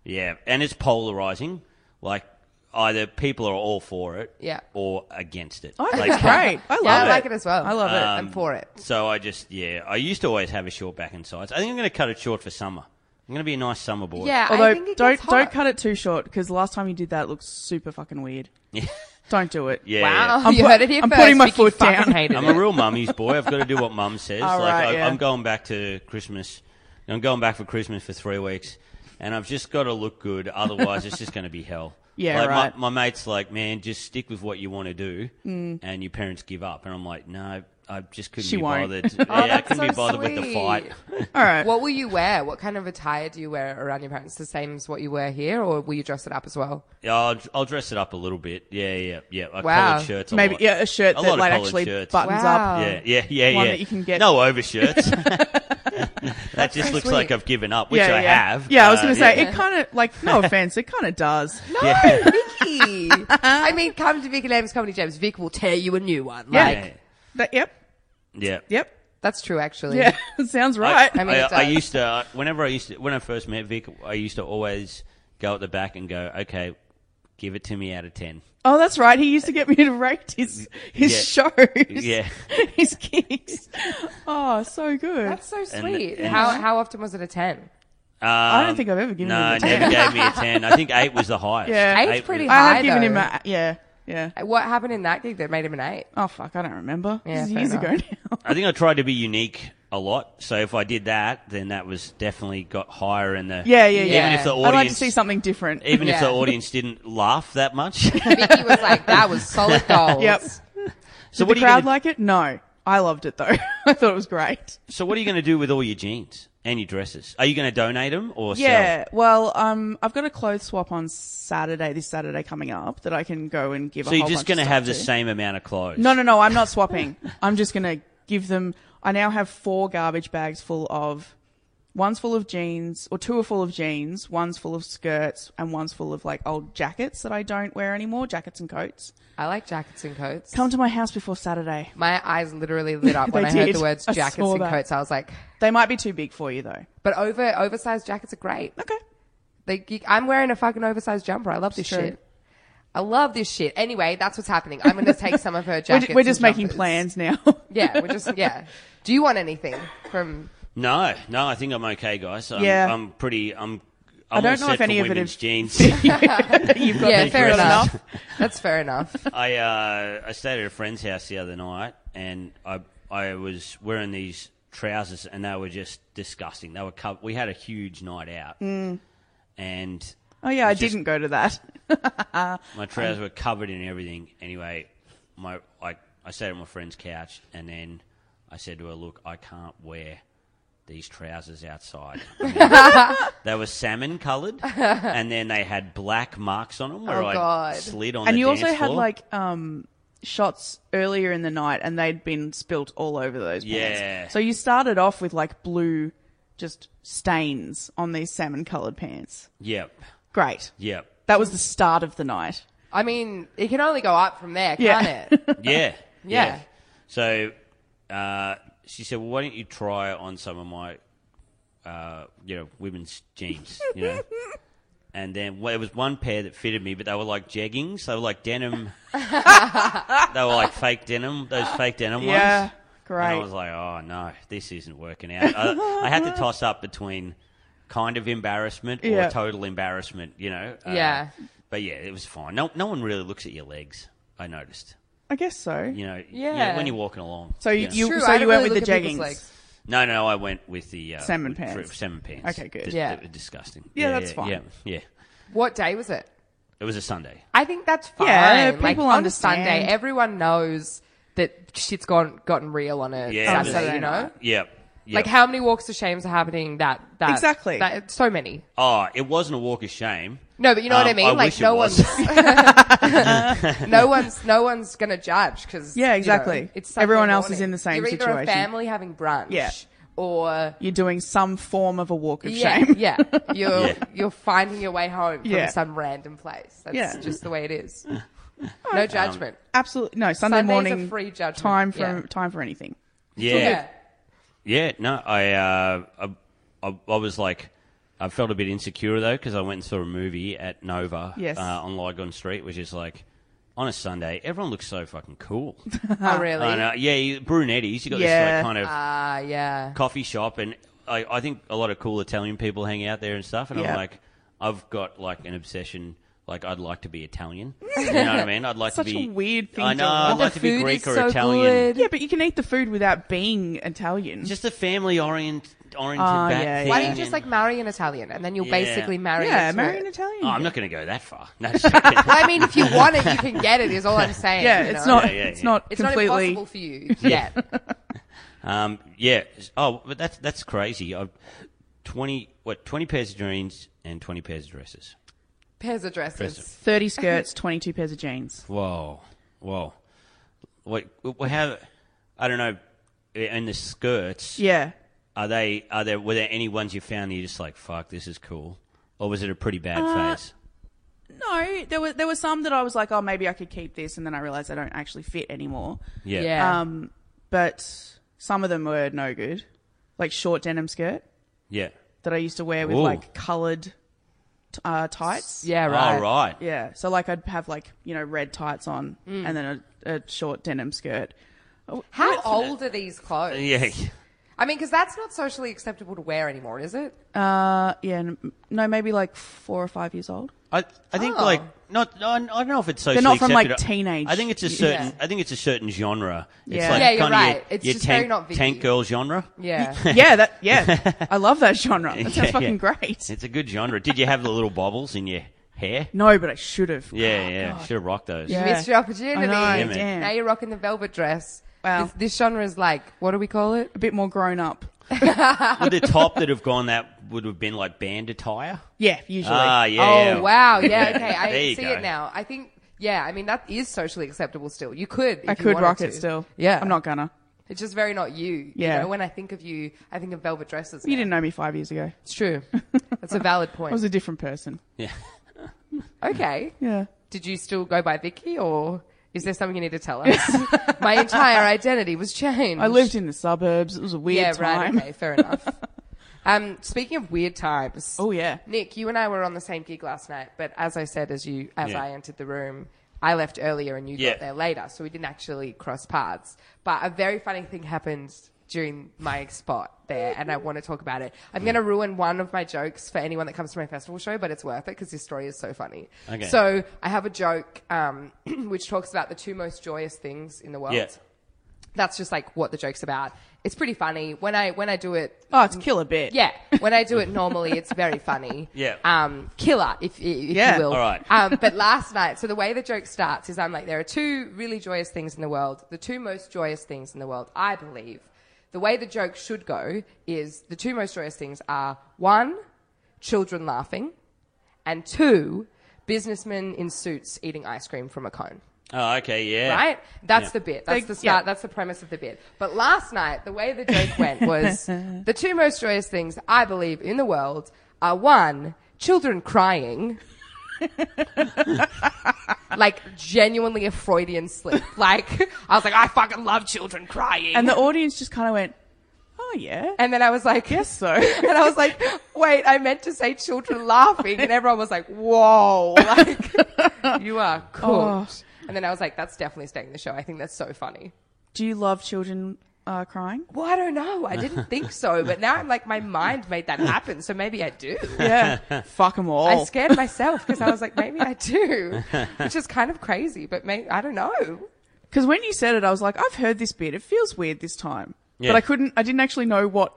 Speaker 4: yeah, and it's polarizing. Like either people are all for it,
Speaker 3: Yeah. Oh,
Speaker 4: or against it.
Speaker 1: I think
Speaker 4: Like,
Speaker 1: it's great. I love
Speaker 3: *laughs* Yeah, I
Speaker 1: it.
Speaker 3: like it as well.
Speaker 1: I love it.
Speaker 4: Um,
Speaker 3: I'm for it.
Speaker 4: So I just, yeah, I used to always have a short back and sides. I think I'm going to cut it short for summer. I'm going to be a nice summer boy.
Speaker 3: Yeah, I think
Speaker 1: Although,
Speaker 3: it
Speaker 1: don't
Speaker 3: gets
Speaker 1: don't
Speaker 3: hot.
Speaker 1: cut it too short because last time you did that it looked super fucking weird.
Speaker 4: *laughs* yeah,
Speaker 1: Don't do it.
Speaker 4: yeah.
Speaker 3: Wow,
Speaker 1: I'm
Speaker 3: Oh, *laughs* you
Speaker 1: put-
Speaker 3: heard it here
Speaker 1: I'm
Speaker 3: first.
Speaker 1: putting my
Speaker 3: Vicky
Speaker 1: foot
Speaker 3: fucking
Speaker 1: down.
Speaker 3: hated
Speaker 4: I'm
Speaker 3: it.
Speaker 4: a real mummy's boy. I've got to do what mum says.
Speaker 1: All
Speaker 4: like
Speaker 1: right,
Speaker 4: I,
Speaker 1: yeah.
Speaker 4: I'm going back to Christmas. I'm going back for Christmas for three weeks, and I've just got to look good. Otherwise, it's just going to be hell.
Speaker 1: *laughs* Yeah,
Speaker 4: like
Speaker 1: right.
Speaker 4: my, my mate's like, man, just stick with what you want to do, and your parents give up. And I'm like, no, I just couldn't
Speaker 1: Mm. She
Speaker 4: be
Speaker 1: won't. *laughs* Oh,
Speaker 4: bothered. yeah, I
Speaker 3: that's
Speaker 4: couldn't
Speaker 3: so
Speaker 4: be bothered with the
Speaker 3: sweet.
Speaker 4: fight. *laughs*
Speaker 1: All right.
Speaker 3: *laughs* What will you wear? What kind of attire do you wear around your parents? The same as what you wear here, or will you dress it up as well?
Speaker 4: Yeah, I'll, I'll dress it up a little bit. Yeah, yeah, yeah. I
Speaker 3: Wow.
Speaker 4: Collared shirts. A
Speaker 1: Maybe
Speaker 4: lot.
Speaker 1: yeah, a shirt
Speaker 4: A lot
Speaker 1: that
Speaker 4: of
Speaker 1: like
Speaker 4: collared
Speaker 1: actually
Speaker 4: shirts.
Speaker 1: buttons
Speaker 3: Wow.
Speaker 1: up.
Speaker 4: Yeah, yeah, yeah,
Speaker 1: Oh, One
Speaker 4: yeah.
Speaker 1: that you can get-
Speaker 4: No
Speaker 1: *laughs*
Speaker 4: overshirts. that just
Speaker 3: so
Speaker 4: looks
Speaker 3: sweet.
Speaker 4: like I've given up, which
Speaker 1: yeah,
Speaker 4: I
Speaker 1: yeah.
Speaker 4: have.
Speaker 1: Yeah, I was
Speaker 4: Uh,
Speaker 1: gonna say it kind of like
Speaker 3: *laughs*
Speaker 1: no offense, it kind of does.
Speaker 4: yeah.
Speaker 3: Vicky, I mean, come to Vicky Lamb's Comedy Jams. Vic will tear you a new one.
Speaker 1: Um, Yeah.
Speaker 3: Like,
Speaker 4: Yeah.
Speaker 1: That, yep,
Speaker 4: Yeah.
Speaker 1: yep, *laughs*
Speaker 3: that's true, actually.
Speaker 1: yeah. sounds right.
Speaker 4: I,
Speaker 3: mean,
Speaker 4: I,
Speaker 3: it
Speaker 4: I
Speaker 1: uh,
Speaker 3: does.
Speaker 4: used to, uh, whenever I used to, when I first met Vic, I used to always go at the back and go, okay, give it to me out of 10.
Speaker 1: Oh, that's right. He used to get me to rate his his
Speaker 4: Yeah.
Speaker 1: shows.
Speaker 4: Yeah.
Speaker 1: *laughs* his gigs. Oh, so good.
Speaker 3: That's so
Speaker 4: And-
Speaker 3: sweet.
Speaker 4: and-
Speaker 3: how how often was it a ten?
Speaker 4: I
Speaker 1: don't think I've ever given
Speaker 4: Um, no,
Speaker 1: him a
Speaker 4: No, never gave me a 10. I think
Speaker 1: *laughs*
Speaker 4: 8 was the highest.
Speaker 1: Yeah.
Speaker 3: Eight's pretty
Speaker 4: was-
Speaker 3: high.
Speaker 1: I
Speaker 3: I
Speaker 1: have given
Speaker 3: know.
Speaker 1: him a yeah, yeah.
Speaker 3: What happened in that gig that made him an eight?
Speaker 1: Oh fuck, I don't remember.
Speaker 3: Yeah,
Speaker 1: This is
Speaker 3: fair
Speaker 1: years ago
Speaker 3: enough.
Speaker 1: now. *laughs*
Speaker 4: I think I tried to be unique a lot. So if I did that, then that was definitely got higher in the.
Speaker 1: Yeah, yeah,
Speaker 4: Even
Speaker 1: yeah.
Speaker 4: if the
Speaker 1: I'd
Speaker 4: audience.
Speaker 1: like to see something different.
Speaker 4: Even if the
Speaker 3: Yeah.
Speaker 4: audience didn't laugh that much.
Speaker 3: Vicky was like, "That
Speaker 1: *laughs*
Speaker 3: was solid
Speaker 1: *laughs*
Speaker 3: gold."
Speaker 1: Yep.
Speaker 4: so,
Speaker 1: Did the
Speaker 4: what are you
Speaker 1: crowd
Speaker 4: gonna,
Speaker 1: like it? No, I loved it though. *laughs* I thought it was great.
Speaker 4: so what are you going to do with all your jeans and your dresses? Are you going to donate them or
Speaker 1: Yeah. Well, um, I've got a clothes swap on Saturday, this Saturday coming up that I can go and give.
Speaker 4: sell?
Speaker 1: a
Speaker 4: So you're
Speaker 1: whole
Speaker 4: just
Speaker 1: bunch of
Speaker 4: going to
Speaker 1: stuff
Speaker 4: have the
Speaker 1: to.
Speaker 4: same amount of clothes?
Speaker 1: No, no, no. I'm not swapping. I'm just gonna give them. I now have four garbage bags full of. One's full of jeans, or two are full of jeans. One's full of skirts, and one's full of like old jackets that I don't wear anymore, jackets and coats.
Speaker 3: I like jackets and coats.
Speaker 1: Come to my house before Saturday.
Speaker 3: my eyes literally
Speaker 1: *laughs*
Speaker 3: lit up when
Speaker 1: They
Speaker 3: I heard
Speaker 1: did.
Speaker 3: the words
Speaker 1: I
Speaker 3: jackets
Speaker 1: saw
Speaker 3: and
Speaker 1: that.
Speaker 3: coats. I was like,
Speaker 1: They might be too big for you though.
Speaker 3: "But over oversized jackets are great."
Speaker 1: Okay.
Speaker 3: Like you- I'm wearing a fucking oversized jumper. I love this
Speaker 1: true.
Speaker 3: shit. I love this shit. Anyway, that's what's happening. I'm going to take some of her
Speaker 1: *laughs* We're,
Speaker 3: jackets.
Speaker 1: ju- we're just
Speaker 3: and
Speaker 1: making
Speaker 3: jumpers.
Speaker 1: plans now. *laughs*
Speaker 3: Yeah, we're just yeah. Do you want anything from?
Speaker 4: No, no, I think I'm okay, guys. I'm,
Speaker 1: Yeah.
Speaker 4: I'm pretty. I'm. I'm
Speaker 1: I don't
Speaker 4: all
Speaker 1: know
Speaker 4: set
Speaker 1: if any
Speaker 4: for
Speaker 1: of it
Speaker 4: women's
Speaker 1: is- *laughs*
Speaker 4: jeans.
Speaker 1: You've got
Speaker 3: Yeah, fair
Speaker 1: you've got *laughs*
Speaker 3: enough. That's fair enough.
Speaker 4: I uh, I stayed at a friend's house the other night, and I I was wearing these trousers, and they were just disgusting. They were covered. We had a huge night out,
Speaker 1: Mm.
Speaker 4: and
Speaker 1: Oh yeah, I
Speaker 4: It's just-
Speaker 1: didn't go to that.
Speaker 4: my trousers were covered in everything. Anyway, my I I sat on my friend's couch, and then I said to her, "Look, I can't wear." These trousers outside.
Speaker 3: *laughs*
Speaker 4: they were salmon coloured, and then they had black marks on them where
Speaker 3: Oh,
Speaker 4: I
Speaker 3: God.
Speaker 4: slid on.
Speaker 1: and
Speaker 4: the
Speaker 1: you
Speaker 4: dance
Speaker 1: also had
Speaker 4: floor.
Speaker 1: like um shots earlier in the night and they'd been spilt all over those pants.
Speaker 4: Yeah.
Speaker 1: So you started off with like blue just stains on these salmon coloured pants.
Speaker 4: yep,
Speaker 1: Great.
Speaker 4: yep,
Speaker 1: That was the start of the night.
Speaker 3: I mean, it can only go up from there,
Speaker 1: Yeah.
Speaker 3: can't it?
Speaker 4: yeah,
Speaker 3: Yeah.
Speaker 4: yeah. So uh, she said, "Well, why don't you try on some of my, uh, you know, women's jeans,
Speaker 1: *laughs*
Speaker 4: you know?" and then well, there was one pair that fitted me, but they were like jeggings. They were
Speaker 1: *laughs*
Speaker 4: like denim. they were like fake denim. Those fake denim
Speaker 1: Yeah.
Speaker 4: ones. And I
Speaker 1: Great.
Speaker 4: was like, "Oh no, this isn't working out." I, I had to toss up between kind of embarrassment or
Speaker 1: Yeah.
Speaker 4: total embarrassment, you know. Uh,
Speaker 3: Yeah.
Speaker 4: But yeah, it was fine. No, no one really looks at your legs. I noticed
Speaker 1: I guess so.
Speaker 4: you know, yeah.
Speaker 3: Yeah.
Speaker 4: when you're walking along.
Speaker 1: So you,
Speaker 4: yeah.
Speaker 1: *laughs* you
Speaker 3: True,
Speaker 1: so
Speaker 3: I
Speaker 1: you
Speaker 3: don't
Speaker 1: went
Speaker 3: really
Speaker 1: with the
Speaker 3: look at people's
Speaker 1: jeggings.
Speaker 3: legs.
Speaker 4: no, no, I went with the uh,
Speaker 1: Salmon
Speaker 4: with-
Speaker 1: pants.
Speaker 4: for- salmon pants.
Speaker 1: Okay, good.
Speaker 4: That-
Speaker 3: Yeah.
Speaker 4: that were disgusting.
Speaker 1: Yeah, that's fine.
Speaker 4: Yeah, yeah.
Speaker 3: What day was it?
Speaker 4: It was a Sunday.
Speaker 3: I think that's fine.
Speaker 1: Yeah,
Speaker 3: like,
Speaker 1: people
Speaker 3: on a Sunday,
Speaker 1: understand.
Speaker 3: everyone knows that shit's gone gotten real on a
Speaker 4: Yeah,
Speaker 3: Saturday. You
Speaker 1: Saturday
Speaker 3: know,
Speaker 1: night.
Speaker 4: Yeah. yeah.
Speaker 3: like how many walks of shames are happening that that
Speaker 1: Exactly.
Speaker 3: that, so many.
Speaker 4: Oh, it wasn't a walk of shame.
Speaker 3: No, but you know what I
Speaker 4: Um,
Speaker 3: mean.
Speaker 4: I
Speaker 3: like
Speaker 4: wish it
Speaker 3: no
Speaker 4: was.
Speaker 3: one's *laughs* no one's no one's gonna judge because
Speaker 1: Yeah, exactly.
Speaker 3: it's Sunday
Speaker 1: Everyone else is
Speaker 3: morning.
Speaker 1: in the same
Speaker 3: You're either a
Speaker 1: situation.
Speaker 3: family having brunch,
Speaker 1: Yeah.
Speaker 3: or
Speaker 1: You're doing some form of a walk of
Speaker 3: yeah,
Speaker 1: shame.
Speaker 3: yeah, you're
Speaker 4: Yeah.
Speaker 3: you're finding your way home from
Speaker 1: Yeah.
Speaker 3: some random place. That's
Speaker 1: Yeah.
Speaker 3: just the way it
Speaker 4: *laughs*
Speaker 3: is. No judgment.
Speaker 1: *laughs* Absolutely no. Sunday
Speaker 3: Sunday's a
Speaker 1: morning
Speaker 3: free judgment,
Speaker 1: time for
Speaker 3: yeah.
Speaker 1: time for anything.
Speaker 4: Yeah. Yeah, no, I, uh, I, I, I was like, I felt a bit insecure though because I went and saw a movie at Nova
Speaker 1: Yes.
Speaker 4: uh, on Lygon Street, which is like on a Sunday. Everyone looks so fucking cool.
Speaker 3: Oh, *laughs* really?
Speaker 4: I know. Yeah, you, brunettis. You got
Speaker 1: Yeah.
Speaker 4: this like, kind of
Speaker 3: Ah, yeah.
Speaker 4: coffee shop, and I, I think a lot of cool Italian people hang out there and stuff. And
Speaker 1: Yeah.
Speaker 4: I'm like, I've got like an obsession. Like I'd like to be Italian. You know what I mean? I'd like
Speaker 1: Such
Speaker 4: to
Speaker 1: a
Speaker 4: be
Speaker 1: weird thing
Speaker 4: I
Speaker 1: to
Speaker 4: know.
Speaker 1: want.
Speaker 4: I'd
Speaker 1: The
Speaker 4: like to be
Speaker 3: food
Speaker 4: Greek
Speaker 3: is
Speaker 4: or
Speaker 3: so
Speaker 4: Italian.
Speaker 3: good.
Speaker 1: Yeah, but you can eat the food without being Italian.
Speaker 4: Just a family orient oriented
Speaker 1: Ah,
Speaker 4: back
Speaker 1: yeah,
Speaker 4: thing.
Speaker 1: yeah.
Speaker 3: Why don't you
Speaker 4: and-
Speaker 3: just like marry an Italian and then you'll
Speaker 4: Yeah.
Speaker 3: basically marry?
Speaker 1: yeah,
Speaker 3: into
Speaker 1: marry
Speaker 3: it.
Speaker 1: an Italian.
Speaker 4: Oh, I'm not going to go that far. No,
Speaker 1: *laughs*
Speaker 4: just kidding.
Speaker 3: I mean, if you want it, you can get it. Is all I'm saying.
Speaker 1: yeah,
Speaker 3: you
Speaker 1: it's
Speaker 3: know?
Speaker 1: not.
Speaker 4: Yeah, yeah,
Speaker 1: it's
Speaker 4: yeah.
Speaker 1: not
Speaker 3: It's not
Speaker 1: completely.
Speaker 3: impossible for you
Speaker 1: *laughs*
Speaker 3: yet.
Speaker 4: Um, yeah. Oh, but that's that's crazy. I've twenty what twenty pairs of jeans and twenty pairs of dresses.
Speaker 3: *laughs* Pairs of dresses.
Speaker 1: Thirty skirts, twenty-two pairs of jeans.
Speaker 4: Whoa, whoa. What? what how? I don't know. And the skirts.
Speaker 1: Yeah,
Speaker 4: Are they? Are there? Were there any ones you found that you're just like, fuck, this is cool, or was it a pretty bad
Speaker 3: Uh,
Speaker 4: phase?
Speaker 1: no, there were there were some that I was like, oh, maybe I could keep this, and then I realized they don't actually fit anymore.
Speaker 4: Yeah.
Speaker 3: Yeah.
Speaker 1: Um, but some of them were no good, like short denim skirt
Speaker 4: Yeah.
Speaker 1: that I used to wear with
Speaker 4: Ooh.
Speaker 1: like colored uh, tights.
Speaker 3: yeah,
Speaker 4: All
Speaker 3: right.
Speaker 4: right. Oh, right.
Speaker 1: Yeah. So like I'd have like, you know, red tights on
Speaker 4: Mm.
Speaker 1: and then a, a short denim skirt. Oh,
Speaker 3: How old are these clothes?
Speaker 4: Yeah.
Speaker 3: I mean, because that's not socially acceptable to wear anymore, is it?
Speaker 1: Uh, yeah. n- No, maybe like four or five years
Speaker 4: *laughs*
Speaker 1: old.
Speaker 4: I I think
Speaker 3: Oh.
Speaker 4: like not I, I don't know if it's socially
Speaker 1: not from, like,
Speaker 4: accepted.
Speaker 1: teenage-
Speaker 4: I think it's a
Speaker 1: Yeah.
Speaker 4: certain I think it's a certain genre.
Speaker 1: Yeah.
Speaker 4: It's like
Speaker 1: Yeah,
Speaker 3: you're
Speaker 4: kinda your-
Speaker 3: right. It's
Speaker 4: your
Speaker 3: just
Speaker 4: tank,
Speaker 3: very not Vicky.
Speaker 4: tank girl genre.
Speaker 3: Yeah.
Speaker 1: yeah. That.
Speaker 4: *laughs*
Speaker 1: Yeah. I love that genre. That sounds
Speaker 4: Yeah,
Speaker 1: fucking
Speaker 4: yeah.
Speaker 1: great.
Speaker 4: It's a good genre. Did you have the little bobbles in your
Speaker 3: *laughs*
Speaker 4: hair?
Speaker 1: No, but I should have.
Speaker 4: Yeah, yeah. Should have rocked those.
Speaker 1: Yeah.
Speaker 3: *laughs* Missed your opportunity.
Speaker 1: I know.
Speaker 4: Yeah, man.
Speaker 1: damn.
Speaker 3: Now you're rocking the velvet dress.
Speaker 1: Wow.
Speaker 3: This, this genre is like, what do we call it?
Speaker 1: A bit more grown up.
Speaker 3: *laughs*
Speaker 4: Would the top that have gone that would have been like band attire?
Speaker 1: Yeah. Usually.
Speaker 4: Ah, yeah.
Speaker 3: Oh, wow. Yeah, okay. I
Speaker 4: *laughs* There you
Speaker 3: see
Speaker 4: go.
Speaker 3: it now. I think, yeah, I mean, that is socially acceptable still. You could. If
Speaker 1: I
Speaker 3: you
Speaker 1: could
Speaker 3: wanted
Speaker 1: rock
Speaker 3: to.
Speaker 1: it still.
Speaker 3: Yeah.
Speaker 1: I'm not gonna.
Speaker 3: It's just very not you.
Speaker 1: Yeah.
Speaker 3: You know, when I think of you, I think of velvet dresses.
Speaker 1: You
Speaker 3: now.
Speaker 1: didn't know me five years *laughs* ago.
Speaker 3: It's true. That's a valid
Speaker 1: *laughs* I was
Speaker 3: point.
Speaker 1: a different person.
Speaker 4: Yeah.
Speaker 3: Okay.
Speaker 1: Yeah.
Speaker 3: Did you still go by Vicky or is there something you need to
Speaker 1: *laughs*
Speaker 3: tell us? My entire identity was changed.
Speaker 1: I lived in the suburbs. It was a weird
Speaker 3: yeah,
Speaker 1: time.
Speaker 3: right. Okay, fair enough. um, speaking of weird times.
Speaker 1: *laughs* Oh yeah.
Speaker 3: Nick, you and I were on the same gig last night, but as I said, as you as
Speaker 4: Yeah.
Speaker 3: I entered the room, I left earlier and you
Speaker 4: Yeah.
Speaker 3: got there later, so we didn't actually cross paths. But a very funny thing happened during my spot there, and I
Speaker 4: *laughs*
Speaker 3: want to talk about it. I'm going to ruin one of my jokes for anyone that comes to my festival show, but it's worth it because this story is so funny.
Speaker 4: Okay.
Speaker 3: So *clears throat* I have a joke um, which talks about the two most joyous things in the world.
Speaker 4: Yeah.
Speaker 3: That's just like what the joke's about. It's pretty funny when I when I do it
Speaker 1: Oh, it's killer bit.
Speaker 3: yeah, *laughs* when I do it normally, it's very funny.
Speaker 4: Yeah.
Speaker 3: Um, killer, if, if
Speaker 1: Yeah.
Speaker 3: you will.
Speaker 4: All right.
Speaker 3: Um, but last night, so the way the joke starts is I'm like, there are two really joyous things in the world. The two most joyous things in the world, I believe. The way the joke should go is the two most joyous things are one, children laughing, and two, businessmen in suits eating ice cream from a cone
Speaker 4: Oh, okay, yeah.
Speaker 3: right? That's
Speaker 4: Yeah.
Speaker 3: the bit. That's
Speaker 1: They-
Speaker 3: the start.
Speaker 1: yeah.
Speaker 3: That's the premise of the bit. But last night, the way the joke
Speaker 1: *laughs*
Speaker 3: went was the two most joyous things I believe in the world are one,
Speaker 1: *laughs*
Speaker 3: children crying. like genuinely a
Speaker 1: *laughs*
Speaker 3: Freudian slip. Like I was like, I fucking love children crying.
Speaker 1: And the audience just kind of went, oh, yeah.
Speaker 3: And then I was like,
Speaker 1: Yes, *laughs* so.
Speaker 3: *laughs* And I was like, wait, I meant to say children laughing. And everyone was like, whoa, *laughs* like, you are cooked.
Speaker 1: Oh.
Speaker 3: And then I was like, that's definitely staying in the show. I think that's so funny.
Speaker 1: Do you love children uh, crying?
Speaker 3: Well, I don't know. I didn't
Speaker 1: *laughs*
Speaker 3: think so. But now I'm like, my mind made that happen. So maybe I do.
Speaker 1: Yeah. *laughs* Fuck them all.
Speaker 3: I scared myself because I was like, maybe
Speaker 1: *laughs*
Speaker 3: I do, which is kind of crazy, but may I don't know.
Speaker 1: Because when you said it, I was like, I've heard this bit. It feels weird this time.
Speaker 4: Yeah.
Speaker 1: But I couldn't, I didn't actually know what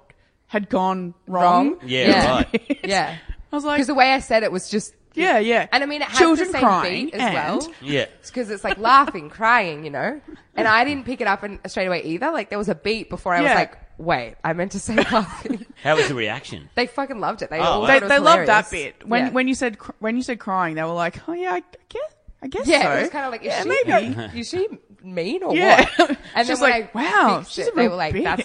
Speaker 1: had gone wrong.
Speaker 3: Wrong?
Speaker 4: Yeah,
Speaker 3: Yeah.
Speaker 4: right.
Speaker 1: *laughs*
Speaker 3: Yeah.
Speaker 1: I was like,
Speaker 3: Because the way I said it was just.
Speaker 1: yeah, yeah.
Speaker 3: And I mean, it has
Speaker 1: Children
Speaker 3: the same
Speaker 1: crying
Speaker 3: beat as
Speaker 1: and-
Speaker 3: well.
Speaker 4: Yeah.
Speaker 3: It's because it's like laughing, crying, you know? And I didn't pick it up and straight away either. Like there was a beat before I was
Speaker 1: Yeah.
Speaker 3: like, wait, I meant to say laughing. *laughs*
Speaker 4: How was the reaction?
Speaker 3: they fucking loved it. They
Speaker 4: Oh,
Speaker 3: all
Speaker 4: wow.
Speaker 1: They,
Speaker 3: thought it was
Speaker 1: they loved that
Speaker 3: hilarious.
Speaker 1: bit. When,
Speaker 3: Yeah.
Speaker 1: when you said, cr- when you said crying, they were like, oh yeah, I guess, I guess
Speaker 3: Yeah,
Speaker 1: so.
Speaker 3: it was kind of like, is
Speaker 1: yeah,
Speaker 3: she
Speaker 1: maybe. *laughs*
Speaker 4: Mm-hmm.
Speaker 3: is she mean or
Speaker 1: Yeah. *laughs*
Speaker 3: what? And
Speaker 1: She's
Speaker 3: then when
Speaker 1: like,
Speaker 3: I
Speaker 1: wow,
Speaker 3: fixed
Speaker 1: she's
Speaker 3: it,
Speaker 1: a
Speaker 3: they
Speaker 1: real
Speaker 3: were like,
Speaker 1: bitch."
Speaker 3: that's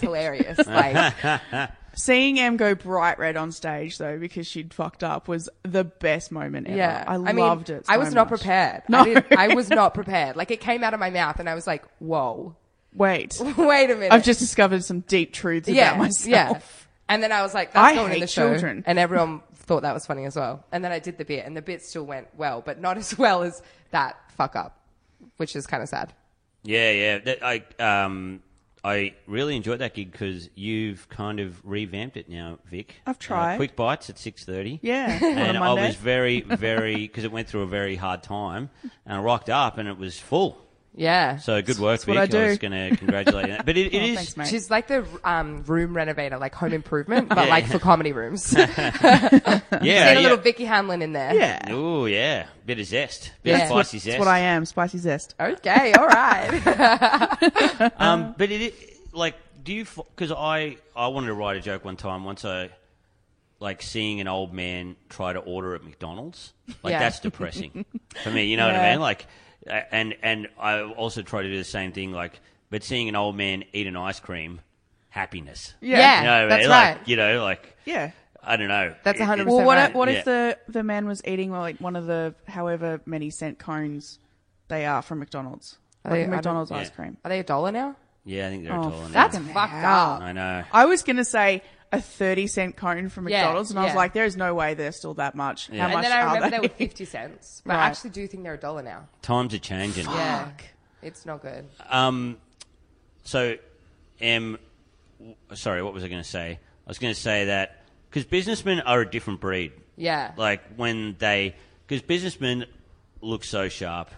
Speaker 1: *laughs*
Speaker 3: hilarious. Like,
Speaker 1: Seeing Em go bright red on stage though, because she'd fucked up, was the best moment ever.
Speaker 3: yeah,
Speaker 1: I,
Speaker 3: mean,
Speaker 1: loved it.
Speaker 3: I
Speaker 1: so
Speaker 3: was not
Speaker 1: much.
Speaker 3: prepared.
Speaker 1: No.
Speaker 3: I, didn't- I was not prepared. Like, it came out of my mouth, and I was like, whoa, *laughs*
Speaker 1: Wait,
Speaker 3: wait a minute.
Speaker 1: I've just discovered some deep truths about myself.
Speaker 3: And then I was like, that's
Speaker 1: I
Speaker 3: going in
Speaker 1: hate
Speaker 3: the show.
Speaker 1: children.
Speaker 3: And everyone thought that was funny as well. And then I did the bit, and the bit still went well, but not *laughs* as well as that fuck up, which is kind of sad.
Speaker 4: Yeah, yeah. That, I um, I really enjoyed that gig because you've kind of revamped it now, Vic. Uh,
Speaker 1: I've tried.
Speaker 4: quick bites at six thirty.
Speaker 1: Yeah, on a
Speaker 4: and I
Speaker 1: Monday.
Speaker 4: was very, very because it went through a very hard time, and I rocked up, and it was full.
Speaker 3: Yeah.
Speaker 4: So good work,
Speaker 1: what
Speaker 4: Vic.
Speaker 1: I
Speaker 4: I,
Speaker 1: do.
Speaker 4: was going to congratulate you. on that. But it, it
Speaker 1: *laughs* Oh,
Speaker 4: is
Speaker 1: thanks, mate.
Speaker 3: She's like the um, room renovator, like
Speaker 1: *laughs*
Speaker 3: home improvement, but like for comedy rooms.
Speaker 4: yeah,
Speaker 3: Get a
Speaker 4: yeah.
Speaker 3: little Vicky Hanlon in there.
Speaker 1: Yeah.
Speaker 4: Ooh, yeah, bit of zest, bit
Speaker 3: Yeah.
Speaker 4: of
Speaker 3: That's what-
Speaker 4: spicy zest.
Speaker 1: That's what I am, spicy zest.
Speaker 3: Okay, all
Speaker 4: *laughs*
Speaker 3: right. Uh-huh.
Speaker 4: Um, but it, it like, do you? Because I I wanted to write a joke one time. Once I like seeing an old man try to order at McDonald's, like
Speaker 3: Yeah.
Speaker 4: that's depressing for me. You know what I
Speaker 1: Yeah.
Speaker 4: mean? Like, a- and and I also try to do the same thing. Like, but seeing an old man eat an ice cream, happiness.
Speaker 3: yeah,
Speaker 4: you know what I
Speaker 3: that's
Speaker 4: mean?
Speaker 3: right.
Speaker 4: Like, you know, like
Speaker 1: Yeah.
Speaker 4: I don't know.
Speaker 3: That's
Speaker 4: It- it-
Speaker 3: 100%
Speaker 1: Well, what
Speaker 3: right.
Speaker 1: what if
Speaker 4: Yeah.
Speaker 1: the the man was eating like one of the however many cent cones they are from McDonald's,
Speaker 3: Are
Speaker 1: like
Speaker 3: they- I
Speaker 1: McDonald's
Speaker 4: don't-
Speaker 1: ice
Speaker 4: Yeah.
Speaker 1: cream?
Speaker 3: Are they a dollar now?
Speaker 4: Yeah, I think they're a
Speaker 1: Oh,
Speaker 4: dollar now.
Speaker 3: That's
Speaker 1: Fucking
Speaker 3: fucked
Speaker 1: hell.
Speaker 3: up.
Speaker 4: I know.
Speaker 1: I was gonna say a thirty cent cone from
Speaker 3: Yeah,
Speaker 1: McDonald's, and I was
Speaker 3: yeah.
Speaker 1: like, there is no way they're still that much. How
Speaker 4: And
Speaker 1: much
Speaker 3: And then I remember
Speaker 1: are
Speaker 3: they
Speaker 1: they? *laughs*
Speaker 3: were 50 cents, but I
Speaker 1: Oh Right.
Speaker 3: actually do think they're a dollar now.
Speaker 4: Times are changing.
Speaker 3: Yeah. It's not good.
Speaker 4: Um, so, M. w- Sorry, what was I going to say? I was going to say that because businessmen are a different breed.
Speaker 3: Yeah.
Speaker 4: Like when they, because businessmen look so sharp,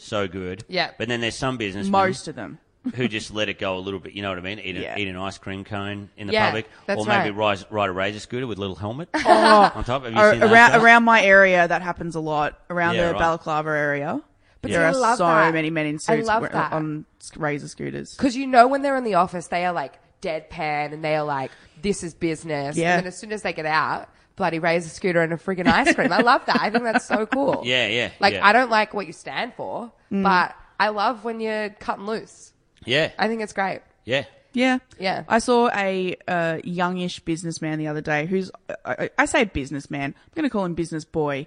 Speaker 4: so good.
Speaker 3: Yeah.
Speaker 4: But then there's some businessmen
Speaker 1: Mm. Most of them.
Speaker 4: *laughs* who just let it go a little bit. You know what I mean? Eat, a,
Speaker 1: Yeah.
Speaker 4: eat an ice cream cone in the
Speaker 3: Yeah,
Speaker 4: public,
Speaker 3: that's
Speaker 4: or maybe
Speaker 3: right.
Speaker 4: rise, ride a razor scooter with a
Speaker 1: *laughs*
Speaker 4: little helmet
Speaker 1: Oh,
Speaker 4: on top. Have you
Speaker 1: Ar-
Speaker 4: seen those
Speaker 1: around
Speaker 4: guys?
Speaker 1: around my area, that happens a lot. Around
Speaker 4: Yeah,
Speaker 1: the
Speaker 4: right.
Speaker 1: Balaclava area,
Speaker 3: But
Speaker 1: there
Speaker 3: see, I
Speaker 1: are
Speaker 3: love
Speaker 1: so
Speaker 3: that.
Speaker 1: many men in
Speaker 3: I
Speaker 1: suits
Speaker 3: love
Speaker 1: wi-
Speaker 3: that.
Speaker 1: on s- razor scooters.
Speaker 3: Because you know when they're in the office, they are like deadpan and they are like, this is business.
Speaker 1: Yeah.
Speaker 3: And then as soon as they get out, bloody razor scooter and a friggin' ice cream. I love that. I think that's so cool.
Speaker 4: *laughs* Yeah, yeah,
Speaker 3: Like,
Speaker 4: yeah.
Speaker 3: I don't like what you stand for,
Speaker 1: Mm.
Speaker 3: but I love when you're cutting loose.
Speaker 4: Yeah,
Speaker 3: I think it's great.
Speaker 4: yeah.
Speaker 1: Yeah.
Speaker 3: Yeah.
Speaker 1: I saw a uh, youngish businessman the other day who's, I, I- I say businessman, I'm going to call him business
Speaker 3: *laughs*
Speaker 1: boy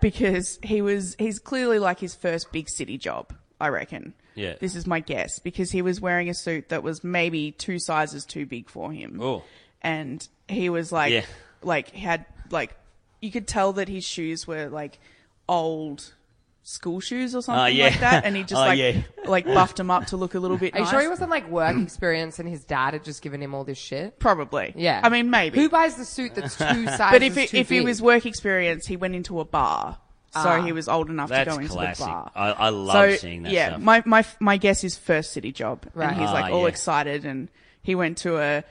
Speaker 1: because he was, he's clearly like his first big city job, I reckon.
Speaker 4: Yeah.
Speaker 1: This is my guess because he was wearing a suit that was maybe two sizes too big for him.
Speaker 4: Oh.
Speaker 1: And he was like,
Speaker 4: Yeah.
Speaker 1: like, had, like, you could tell that his shoes were like old school shoes or something
Speaker 4: Ah, yeah.
Speaker 1: like that.
Speaker 4: *laughs*
Speaker 1: And he just
Speaker 4: Oh,
Speaker 1: like,
Speaker 4: yeah.
Speaker 1: like buffed them up to look a little bit
Speaker 3: Are you
Speaker 1: nice.
Speaker 3: sure he wasn't like work experience and his dad had just given him all this shit?
Speaker 1: Probably.
Speaker 3: Yeah.
Speaker 1: I mean, maybe. *laughs*
Speaker 3: Who buys the suit that's two sizes
Speaker 1: but if it,
Speaker 3: too
Speaker 1: if it
Speaker 3: big?
Speaker 1: was work experience, he went into a bar. so
Speaker 3: Ah.
Speaker 1: he was old enough to
Speaker 4: That's
Speaker 1: go into
Speaker 4: classic.
Speaker 1: the bar.
Speaker 4: I, I love
Speaker 1: so
Speaker 4: seeing that
Speaker 1: yeah,
Speaker 4: stuff.
Speaker 1: my my my guess is first city job,
Speaker 3: Right.
Speaker 1: and he's
Speaker 4: Ah,
Speaker 1: like all
Speaker 4: yeah.
Speaker 1: excited, and he went to a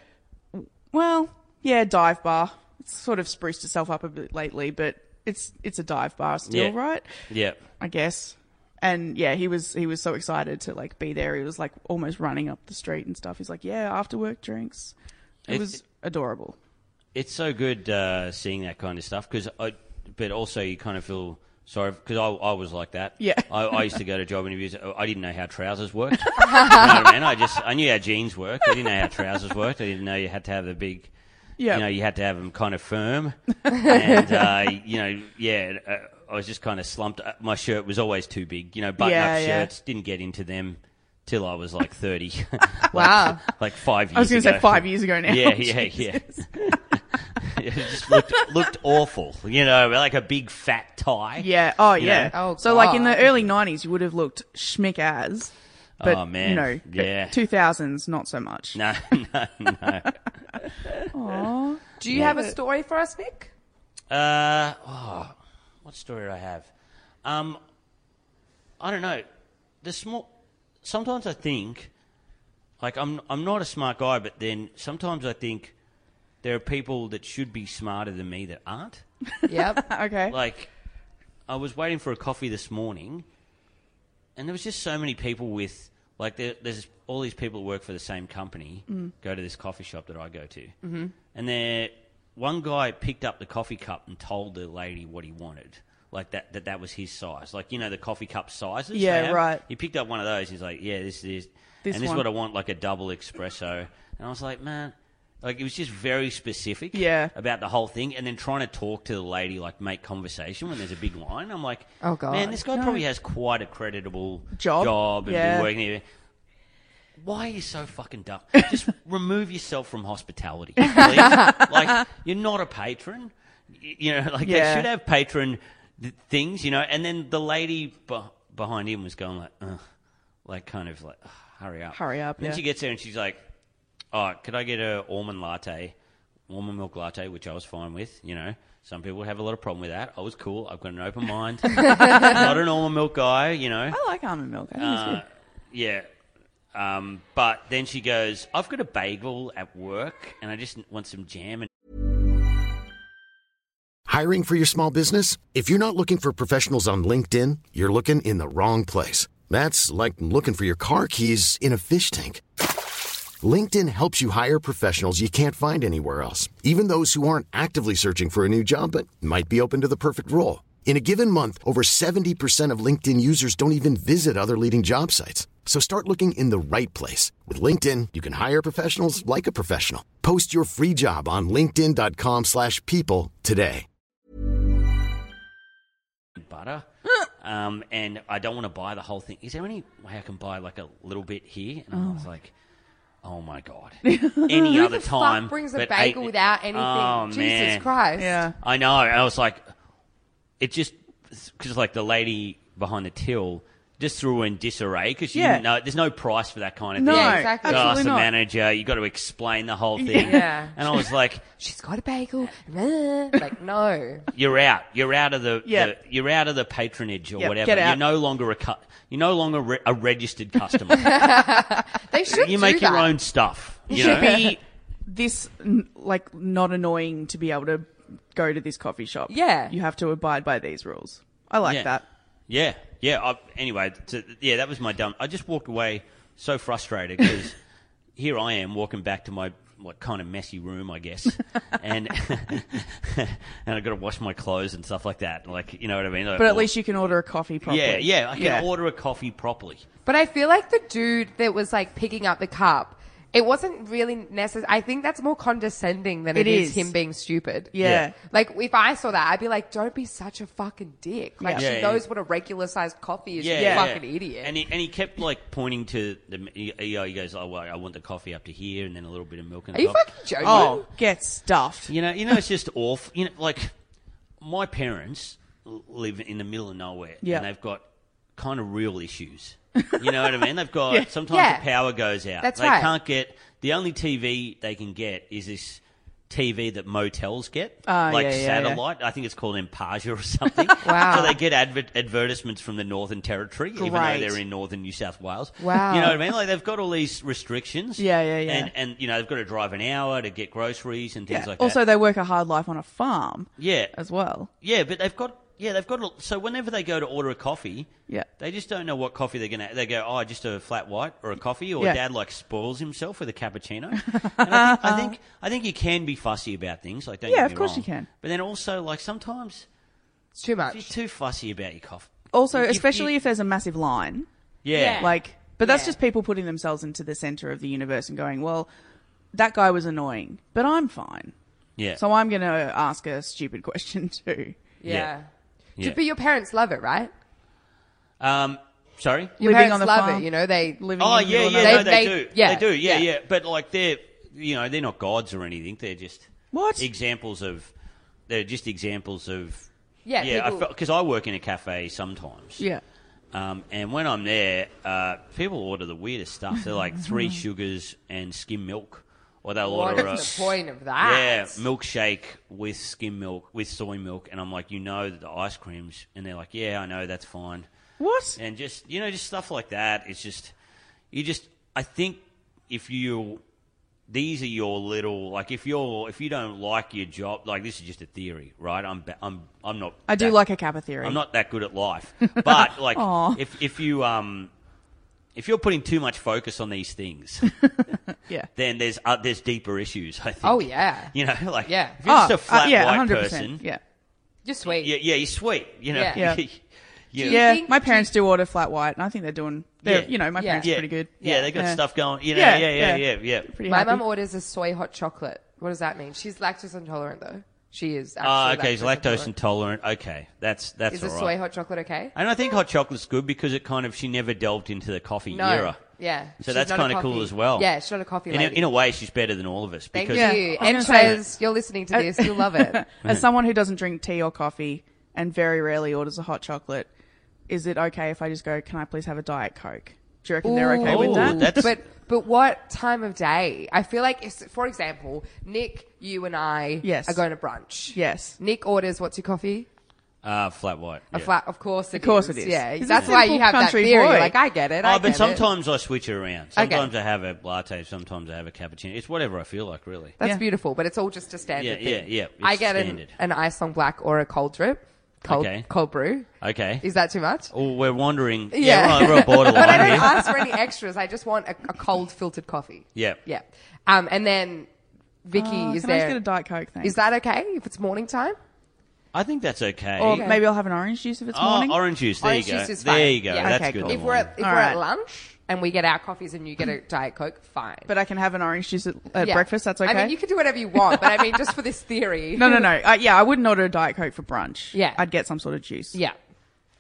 Speaker 1: well, yeah, dive bar. It's sort of spruced itself up a bit lately, but it's it's a dive bar still,
Speaker 4: Yeah.
Speaker 1: right?
Speaker 4: yeah.
Speaker 1: I guess. And yeah, he was he was so excited to like be there. He was like almost running up the street and stuff. He's like, yeah, after work drinks. It,
Speaker 4: It-
Speaker 1: was adorable.
Speaker 4: It's so good uh, seeing that kind of stuff because I, but also you kind of feel sorry because I, I was like that.
Speaker 1: Yeah.
Speaker 4: I, I used to go to job interviews. uh, I I didn't know how
Speaker 1: *laughs*
Speaker 4: trousers worked. you know what I mean? I just I knew how jeans worked. I didn't know how trousers worked. I didn't know you had to have the big.
Speaker 1: Yeah.
Speaker 4: You know, you had to have them kind
Speaker 1: *laughs*
Speaker 4: of firm, and uh, you know, yeah. Uh, I was just kind of slumped. Uh, My shirt was always too big. You know, button-up
Speaker 1: Yeah, yeah.
Speaker 4: shirts didn't get into them till I was like thirty. *laughs*
Speaker 3: Wow.
Speaker 4: like five years.
Speaker 1: I was going to say
Speaker 4: ago.
Speaker 1: five years ago now.
Speaker 4: Yeah, yeah, yeah. *laughs* it just looked, looked awful, you know, like a big fat tie.
Speaker 1: *laughs* Yeah. Oh,
Speaker 4: You
Speaker 1: yeah.
Speaker 3: know? Oh,
Speaker 1: so, like, in the
Speaker 3: God.
Speaker 1: early 90s, you would have looked schmick as. But,
Speaker 4: Oh, man.
Speaker 1: You know,
Speaker 4: Yeah.
Speaker 1: 2000s, not so much.
Speaker 4: No, no, no.
Speaker 3: Do you have a story for us, Nick?
Speaker 4: *laughs*
Speaker 1: *laughs*
Speaker 4: Uh, oh, what story do I have? Um, I don't know. The small. Sometimes I think, like I'm, I'm not a smart guy, but then sometimes I think there are people that should be smarter than me that aren't.
Speaker 3: Yep.
Speaker 1: Okay.
Speaker 4: like I was waiting for a coffee this morning, and there was just so many people with like there, there's all these people that work for the same company
Speaker 1: Mm.
Speaker 4: go to this coffee shop that I go to, mm-hmm. and there one guy picked up the coffee cup and told the lady what he wanted. Like that, that, that was his size. Like you know the coffee cup sizes.
Speaker 1: Yeah,
Speaker 4: they have?
Speaker 1: right.
Speaker 4: He picked up one of those. He's like, yeah, this is,
Speaker 1: This
Speaker 4: and this
Speaker 1: one.
Speaker 4: is what I want, like a double espresso. And I was like, man, like it was just very specific
Speaker 1: Yeah.
Speaker 4: about the whole thing and then trying to talk to the lady like make conversation when there's a big line i'm like
Speaker 3: Oh, God.
Speaker 4: man this guy probably has quite a creditable
Speaker 1: Job.
Speaker 4: and
Speaker 1: Yeah.
Speaker 4: been working here why are you so fucking dumb?
Speaker 1: *laughs*
Speaker 4: Just remove yourself from hospitality, please. like you're not a patron. Y- You know, like
Speaker 1: Yeah.
Speaker 4: they should have patron th- things. You know, and then the lady beh behind him was going like, Ugh, like kind of like, "Ugh, hurry up,
Speaker 1: Hurry up,
Speaker 4: And then
Speaker 1: yeah.
Speaker 4: she gets there and she's like, oh, could I get a almond latte, almond milk latte, which I was fine with. You know, some people have a lot of problem with that. I was cool. I've got an
Speaker 1: *laughs*
Speaker 4: open mind. not an almond milk guy. You know,
Speaker 1: I like almond milk. I think it's good.
Speaker 4: yeah. Um, but then she goes, I've got a bagel at work and I just want some jam and
Speaker 5: Hiring for your small business? If you're not looking for professionals on LinkedIn, you're looking in the wrong place. That's like looking for your car keys in a fish tank. LinkedIn helps you hire professionals you can't find anywhere else, even those who aren't actively searching for a new job but might be open to the perfect role. In a given month, over 70% of LinkedIn users don't even visit other leading job sites. So start looking in the right place. With LinkedIn, you can hire professionals like a professional. Post your free job on linkedin.com/people slash people today.
Speaker 3: *laughs*
Speaker 4: butter. um, and I don't want to buy the whole thing. Is there any way I can buy like a little bit here? And I was like, oh
Speaker 3: *laughs*
Speaker 4: my God. any
Speaker 3: Who
Speaker 4: other
Speaker 3: the fuck
Speaker 4: time.
Speaker 3: brings a
Speaker 4: but
Speaker 3: bagel
Speaker 4: eight-
Speaker 3: without anything?
Speaker 4: Oh,
Speaker 3: Jesus
Speaker 4: man.
Speaker 3: Christ.
Speaker 1: Yeah.
Speaker 4: I know. I was like, it just because like the lady behind the till just threw in disarray because she
Speaker 1: Yeah.
Speaker 4: didn't know. There's no price for that kind of
Speaker 1: No,
Speaker 4: thing.
Speaker 3: Yeah, exactly.
Speaker 4: You gotta ask
Speaker 1: absolutely
Speaker 4: the
Speaker 1: not.
Speaker 4: manager. You got to explain the whole thing.
Speaker 3: Yeah.
Speaker 4: And I was like,
Speaker 3: She's got a bagel. Blah. like, no.
Speaker 4: you're out. You're out of the.
Speaker 1: Yeah.
Speaker 4: the- you're out of the patronage or
Speaker 1: Yeah,
Speaker 4: whatever.
Speaker 1: get out.
Speaker 4: You're no longer a cu- You're no longer re- a registered
Speaker 1: *laughs*
Speaker 4: customer.
Speaker 3: They should
Speaker 4: you
Speaker 3: do
Speaker 4: make
Speaker 3: that.
Speaker 4: your own stuff. You
Speaker 1: should
Speaker 4: know.
Speaker 1: be this, n- like, not annoying to be able to go to this coffee shop.
Speaker 3: Yeah.
Speaker 1: You have to abide by these rules. I like
Speaker 4: Yeah.
Speaker 1: that.
Speaker 4: Yeah, yeah. I, anyway, to, yeah, that was my dumb. I just walked away so
Speaker 1: *laughs*
Speaker 4: frustrated because here I am walking back to my like kind of messy room,
Speaker 1: *laughs*
Speaker 4: I guess, and *laughs* and I got to wash my clothes and stuff like that. Like you know what I mean? Like,
Speaker 1: But at
Speaker 4: or-
Speaker 1: least you can order a coffee properly.
Speaker 4: yeah, yeah, I can
Speaker 1: Yeah.
Speaker 4: order a coffee properly.
Speaker 3: But I feel like the dude that was like picking up the cup, it wasn't really necessary. I think that's more condescending than
Speaker 1: It
Speaker 3: it is.
Speaker 1: is.
Speaker 3: him being stupid.
Speaker 1: Yeah.
Speaker 4: Yeah.
Speaker 3: Like if I saw that, I'd be like, "Don't be such a fucking dick." Like
Speaker 4: Yeah.
Speaker 3: she
Speaker 4: Yeah,
Speaker 3: knows
Speaker 4: yeah.
Speaker 3: what a regular sized coffee is.
Speaker 4: Yeah,
Speaker 3: Yeah,
Speaker 4: yeah.
Speaker 3: fucking idiot.
Speaker 4: And he, and he kept like pointing to the. He, he goes, "Oh well, I want the coffee up to here, and then a little bit of milk." And
Speaker 3: Are you
Speaker 4: top."
Speaker 3: fucking joking?
Speaker 1: Oh, get stuffed.
Speaker 4: *laughs* You know, you know, it's just awful. You know, like my parents l- live in the middle of nowhere,
Speaker 1: Yeah.
Speaker 4: and they've got kind of real issues. You know what I mean?
Speaker 1: *laughs*
Speaker 4: They've got sometimes
Speaker 3: Yeah.
Speaker 4: the power goes out.
Speaker 3: That's
Speaker 4: they
Speaker 3: right.
Speaker 4: can't get the only TV they can get is this TV that motels get,
Speaker 1: Ah,
Speaker 4: like
Speaker 1: yeah, yeah, yeah.
Speaker 4: satellite. I think it's called Empasia
Speaker 1: *laughs*
Speaker 4: or something.
Speaker 3: Wow.
Speaker 4: So they get adver- advertisements from the Northern Territory, even though
Speaker 1: Great.
Speaker 4: they're in Northern New South Wales.
Speaker 3: Wow.
Speaker 4: You know what I mean? Like they've got all these restrictions.
Speaker 1: Yeah, yeah, yeah.
Speaker 4: And, and you know they've got to drive an hour to get groceries and things like
Speaker 1: also,
Speaker 4: that.
Speaker 1: they work a hard life on a farm
Speaker 4: yeah,
Speaker 1: as well.
Speaker 4: yeah, but they've got yeah they've got a, so whenever they go to order a coffee,
Speaker 1: Yeah.
Speaker 4: they just don't know what coffee they're gonna. They go, oh, just a flat white or a coffee, or
Speaker 1: Yeah.
Speaker 4: dad like spoils himself with
Speaker 1: *laughs*
Speaker 4: a cappuccino. and I, think, I think I think you can be fussy about things, like don't
Speaker 1: Yeah,
Speaker 4: get
Speaker 1: of
Speaker 4: me
Speaker 1: course you
Speaker 4: wrong.
Speaker 1: can.
Speaker 4: But then also like sometimes
Speaker 3: It's too
Speaker 4: if you're
Speaker 3: much.
Speaker 4: too fussy about your coffee.
Speaker 1: Also,
Speaker 4: You- you-
Speaker 1: especially
Speaker 4: you-
Speaker 1: if there's a massive line,
Speaker 4: yeah,
Speaker 1: like, but that's
Speaker 3: Yeah.
Speaker 1: just people putting themselves into the center of the universe and going, well, that guy was annoying, but I'm fine.
Speaker 4: yeah.
Speaker 1: So I'm going to ask a stupid *laughs* question too.
Speaker 3: Yeah.
Speaker 4: Yeah.
Speaker 3: But your parents love it, right?
Speaker 4: um, sorry.
Speaker 3: Your
Speaker 1: Living
Speaker 3: parents
Speaker 1: on the
Speaker 3: love
Speaker 1: farm.
Speaker 3: it. You know, they live.
Speaker 1: Living
Speaker 4: Oh
Speaker 1: in the
Speaker 4: yeah,
Speaker 1: middle of
Speaker 4: yeah,
Speaker 1: nowhere.
Speaker 4: no, they,
Speaker 3: They-
Speaker 4: do.
Speaker 3: they- yeah,
Speaker 4: they do. Yeah, yeah,
Speaker 3: yeah.
Speaker 4: But like they're, you know, they're not gods or anything. They're just
Speaker 1: What?
Speaker 4: examples of. They're just examples of.
Speaker 3: Yeah,
Speaker 4: yeah.
Speaker 3: people-
Speaker 4: Because I, work in a cafe sometimes.
Speaker 1: Yeah.
Speaker 4: Um, and when I'm there, uh, people order the weirdest stuff. They're like three sugars and skim milk, or they'll
Speaker 3: What's
Speaker 4: order a
Speaker 3: the point of
Speaker 4: yeah
Speaker 3: that?
Speaker 4: milkshake with skim milk with soy milk. And I'm like, you know that the ice creams, and they're like, yeah, I know, that's fine
Speaker 1: What?
Speaker 4: and just you know just stuff like that it's just you just i think if you these are your little like if you're if you don't like your job like this is just a theory right i'm ba- i'm i'm not
Speaker 1: I do
Speaker 4: that-
Speaker 1: like a kappa theory.
Speaker 4: i'm not that good at
Speaker 1: *laughs*
Speaker 4: life but like
Speaker 1: Aw.
Speaker 4: if if you um if you're putting too much focus on these things
Speaker 1: *laughs* Yeah.
Speaker 4: then there's uh, there's deeper issues i think
Speaker 3: Oh yeah.
Speaker 4: you know *laughs* like
Speaker 3: Yeah.
Speaker 4: if you're just
Speaker 1: Oh,
Speaker 4: a flat
Speaker 1: uh, yeah, 100%.
Speaker 4: white person
Speaker 1: Yeah.
Speaker 3: You're sweet.
Speaker 4: yeah yeah you're sweet you know
Speaker 3: Yeah.
Speaker 1: Yeah.
Speaker 4: *laughs* You-
Speaker 1: Yeah,
Speaker 3: think-
Speaker 1: my
Speaker 3: do
Speaker 1: parents do order flat white, and I think they're doing. They're,
Speaker 4: Yeah.
Speaker 1: You know, my
Speaker 3: Yeah.
Speaker 1: parents
Speaker 4: yeah.
Speaker 1: are pretty good.
Speaker 4: Yeah, they got
Speaker 1: Yeah.
Speaker 4: stuff going. You know, yeah,
Speaker 1: Yeah,
Speaker 4: yeah, yeah,
Speaker 1: yeah.
Speaker 4: yeah. yeah.
Speaker 1: Pretty
Speaker 3: My
Speaker 1: happy.
Speaker 3: mum orders a soy hot chocolate. What does that mean? She's lactose intolerant though. She is.
Speaker 4: Ah,
Speaker 3: actually
Speaker 4: okay, he's lactose intolerant. Okay, that's that's
Speaker 3: Is
Speaker 4: all
Speaker 3: a
Speaker 4: right.
Speaker 3: soy hot chocolate okay?
Speaker 4: and I think hot chocolate's good because it kind of she never delved into the coffee
Speaker 3: No.
Speaker 4: era.
Speaker 3: Yeah.
Speaker 4: So
Speaker 3: She's
Speaker 4: that's
Speaker 3: not a
Speaker 4: kind of cool
Speaker 3: coffee-
Speaker 4: as well.
Speaker 3: Yeah, she's not a coffee
Speaker 4: In a,
Speaker 3: lady.
Speaker 4: in a way, she's better than all of us
Speaker 3: Thank
Speaker 4: because
Speaker 3: you.
Speaker 1: Yeah, I was
Speaker 3: And
Speaker 1: gonna say-
Speaker 3: says you're listening to this, you'll love *laughs* it.
Speaker 4: Mm.
Speaker 1: As someone who doesn't drink tea or coffee and very rarely orders a hot chocolate, is it okay if I just go? Can I please have a diet coke? Do you reckon they're okay
Speaker 4: Ooh.
Speaker 1: with that?
Speaker 4: that's-
Speaker 3: but but what time of day? I feel like, if, for example, Nick, you and I
Speaker 1: Yes.
Speaker 3: are going to brunch.
Speaker 1: Yes.
Speaker 3: Nick orders what's your coffee?
Speaker 4: uh, flat white.
Speaker 3: A
Speaker 4: yeah.
Speaker 3: flat, of course it
Speaker 1: Of course
Speaker 3: is.
Speaker 1: it is.
Speaker 3: Yeah,
Speaker 1: He's a
Speaker 3: that's why you
Speaker 1: simple
Speaker 3: have that
Speaker 1: country
Speaker 3: theory.
Speaker 1: boy.
Speaker 3: Like I get it. I
Speaker 4: oh,
Speaker 3: get
Speaker 4: but
Speaker 3: it.
Speaker 4: sometimes I switch it around. Sometimes I have a latte. Sometimes I have a cappuccino. It's whatever I feel like, really.
Speaker 3: that's
Speaker 1: Yeah.
Speaker 3: beautiful. But it's all just a standard.
Speaker 4: Yeah, yeah,
Speaker 3: thing.
Speaker 4: yeah,
Speaker 3: I
Speaker 4: it's
Speaker 3: get an,
Speaker 4: standard.
Speaker 3: an ice long black or a cold drip, cold
Speaker 4: Okay.
Speaker 3: cold brew.
Speaker 4: Okay.
Speaker 3: Is that too much?
Speaker 4: oh, we're wandering. Yeah,
Speaker 3: Yeah.
Speaker 4: we're, on- we're on
Speaker 3: But *laughs* I
Speaker 4: borderline
Speaker 3: don't
Speaker 4: here.
Speaker 3: ask for any extras. I just want a, a cold filtered coffee.
Speaker 4: Yeah.
Speaker 3: Yeah. Um, and then Vicky
Speaker 1: Oh,
Speaker 3: is
Speaker 1: can
Speaker 3: there.
Speaker 1: I just get a diet coke? Thanks.
Speaker 3: Is that okay if it's morning time?
Speaker 4: I think that's okay.
Speaker 1: Or maybe I'll have an orange juice if it's morning.
Speaker 4: Oh, orange juice. There
Speaker 3: Orange
Speaker 4: you go.
Speaker 3: juice is
Speaker 4: there
Speaker 3: fine.
Speaker 4: you go.
Speaker 3: Yeah.
Speaker 4: That's
Speaker 1: Okay,
Speaker 4: good.
Speaker 1: cool.
Speaker 4: in
Speaker 3: If
Speaker 4: the
Speaker 3: we're
Speaker 4: morning.
Speaker 3: at, if
Speaker 1: All
Speaker 3: we're at
Speaker 1: right.
Speaker 3: lunch and we get our coffees and
Speaker 1: *laughs*
Speaker 3: you get a diet coke, fine.
Speaker 1: But I can have an orange juice at, at
Speaker 3: Yeah.
Speaker 1: breakfast. That's okay.
Speaker 3: I mean, you can do whatever you want, but I mean, just for this theory.
Speaker 1: *laughs* no, no, no. Uh, yeah, I wouldn't order a diet coke for brunch.
Speaker 3: Yeah.
Speaker 1: I'd get some sort of juice.
Speaker 3: Yeah,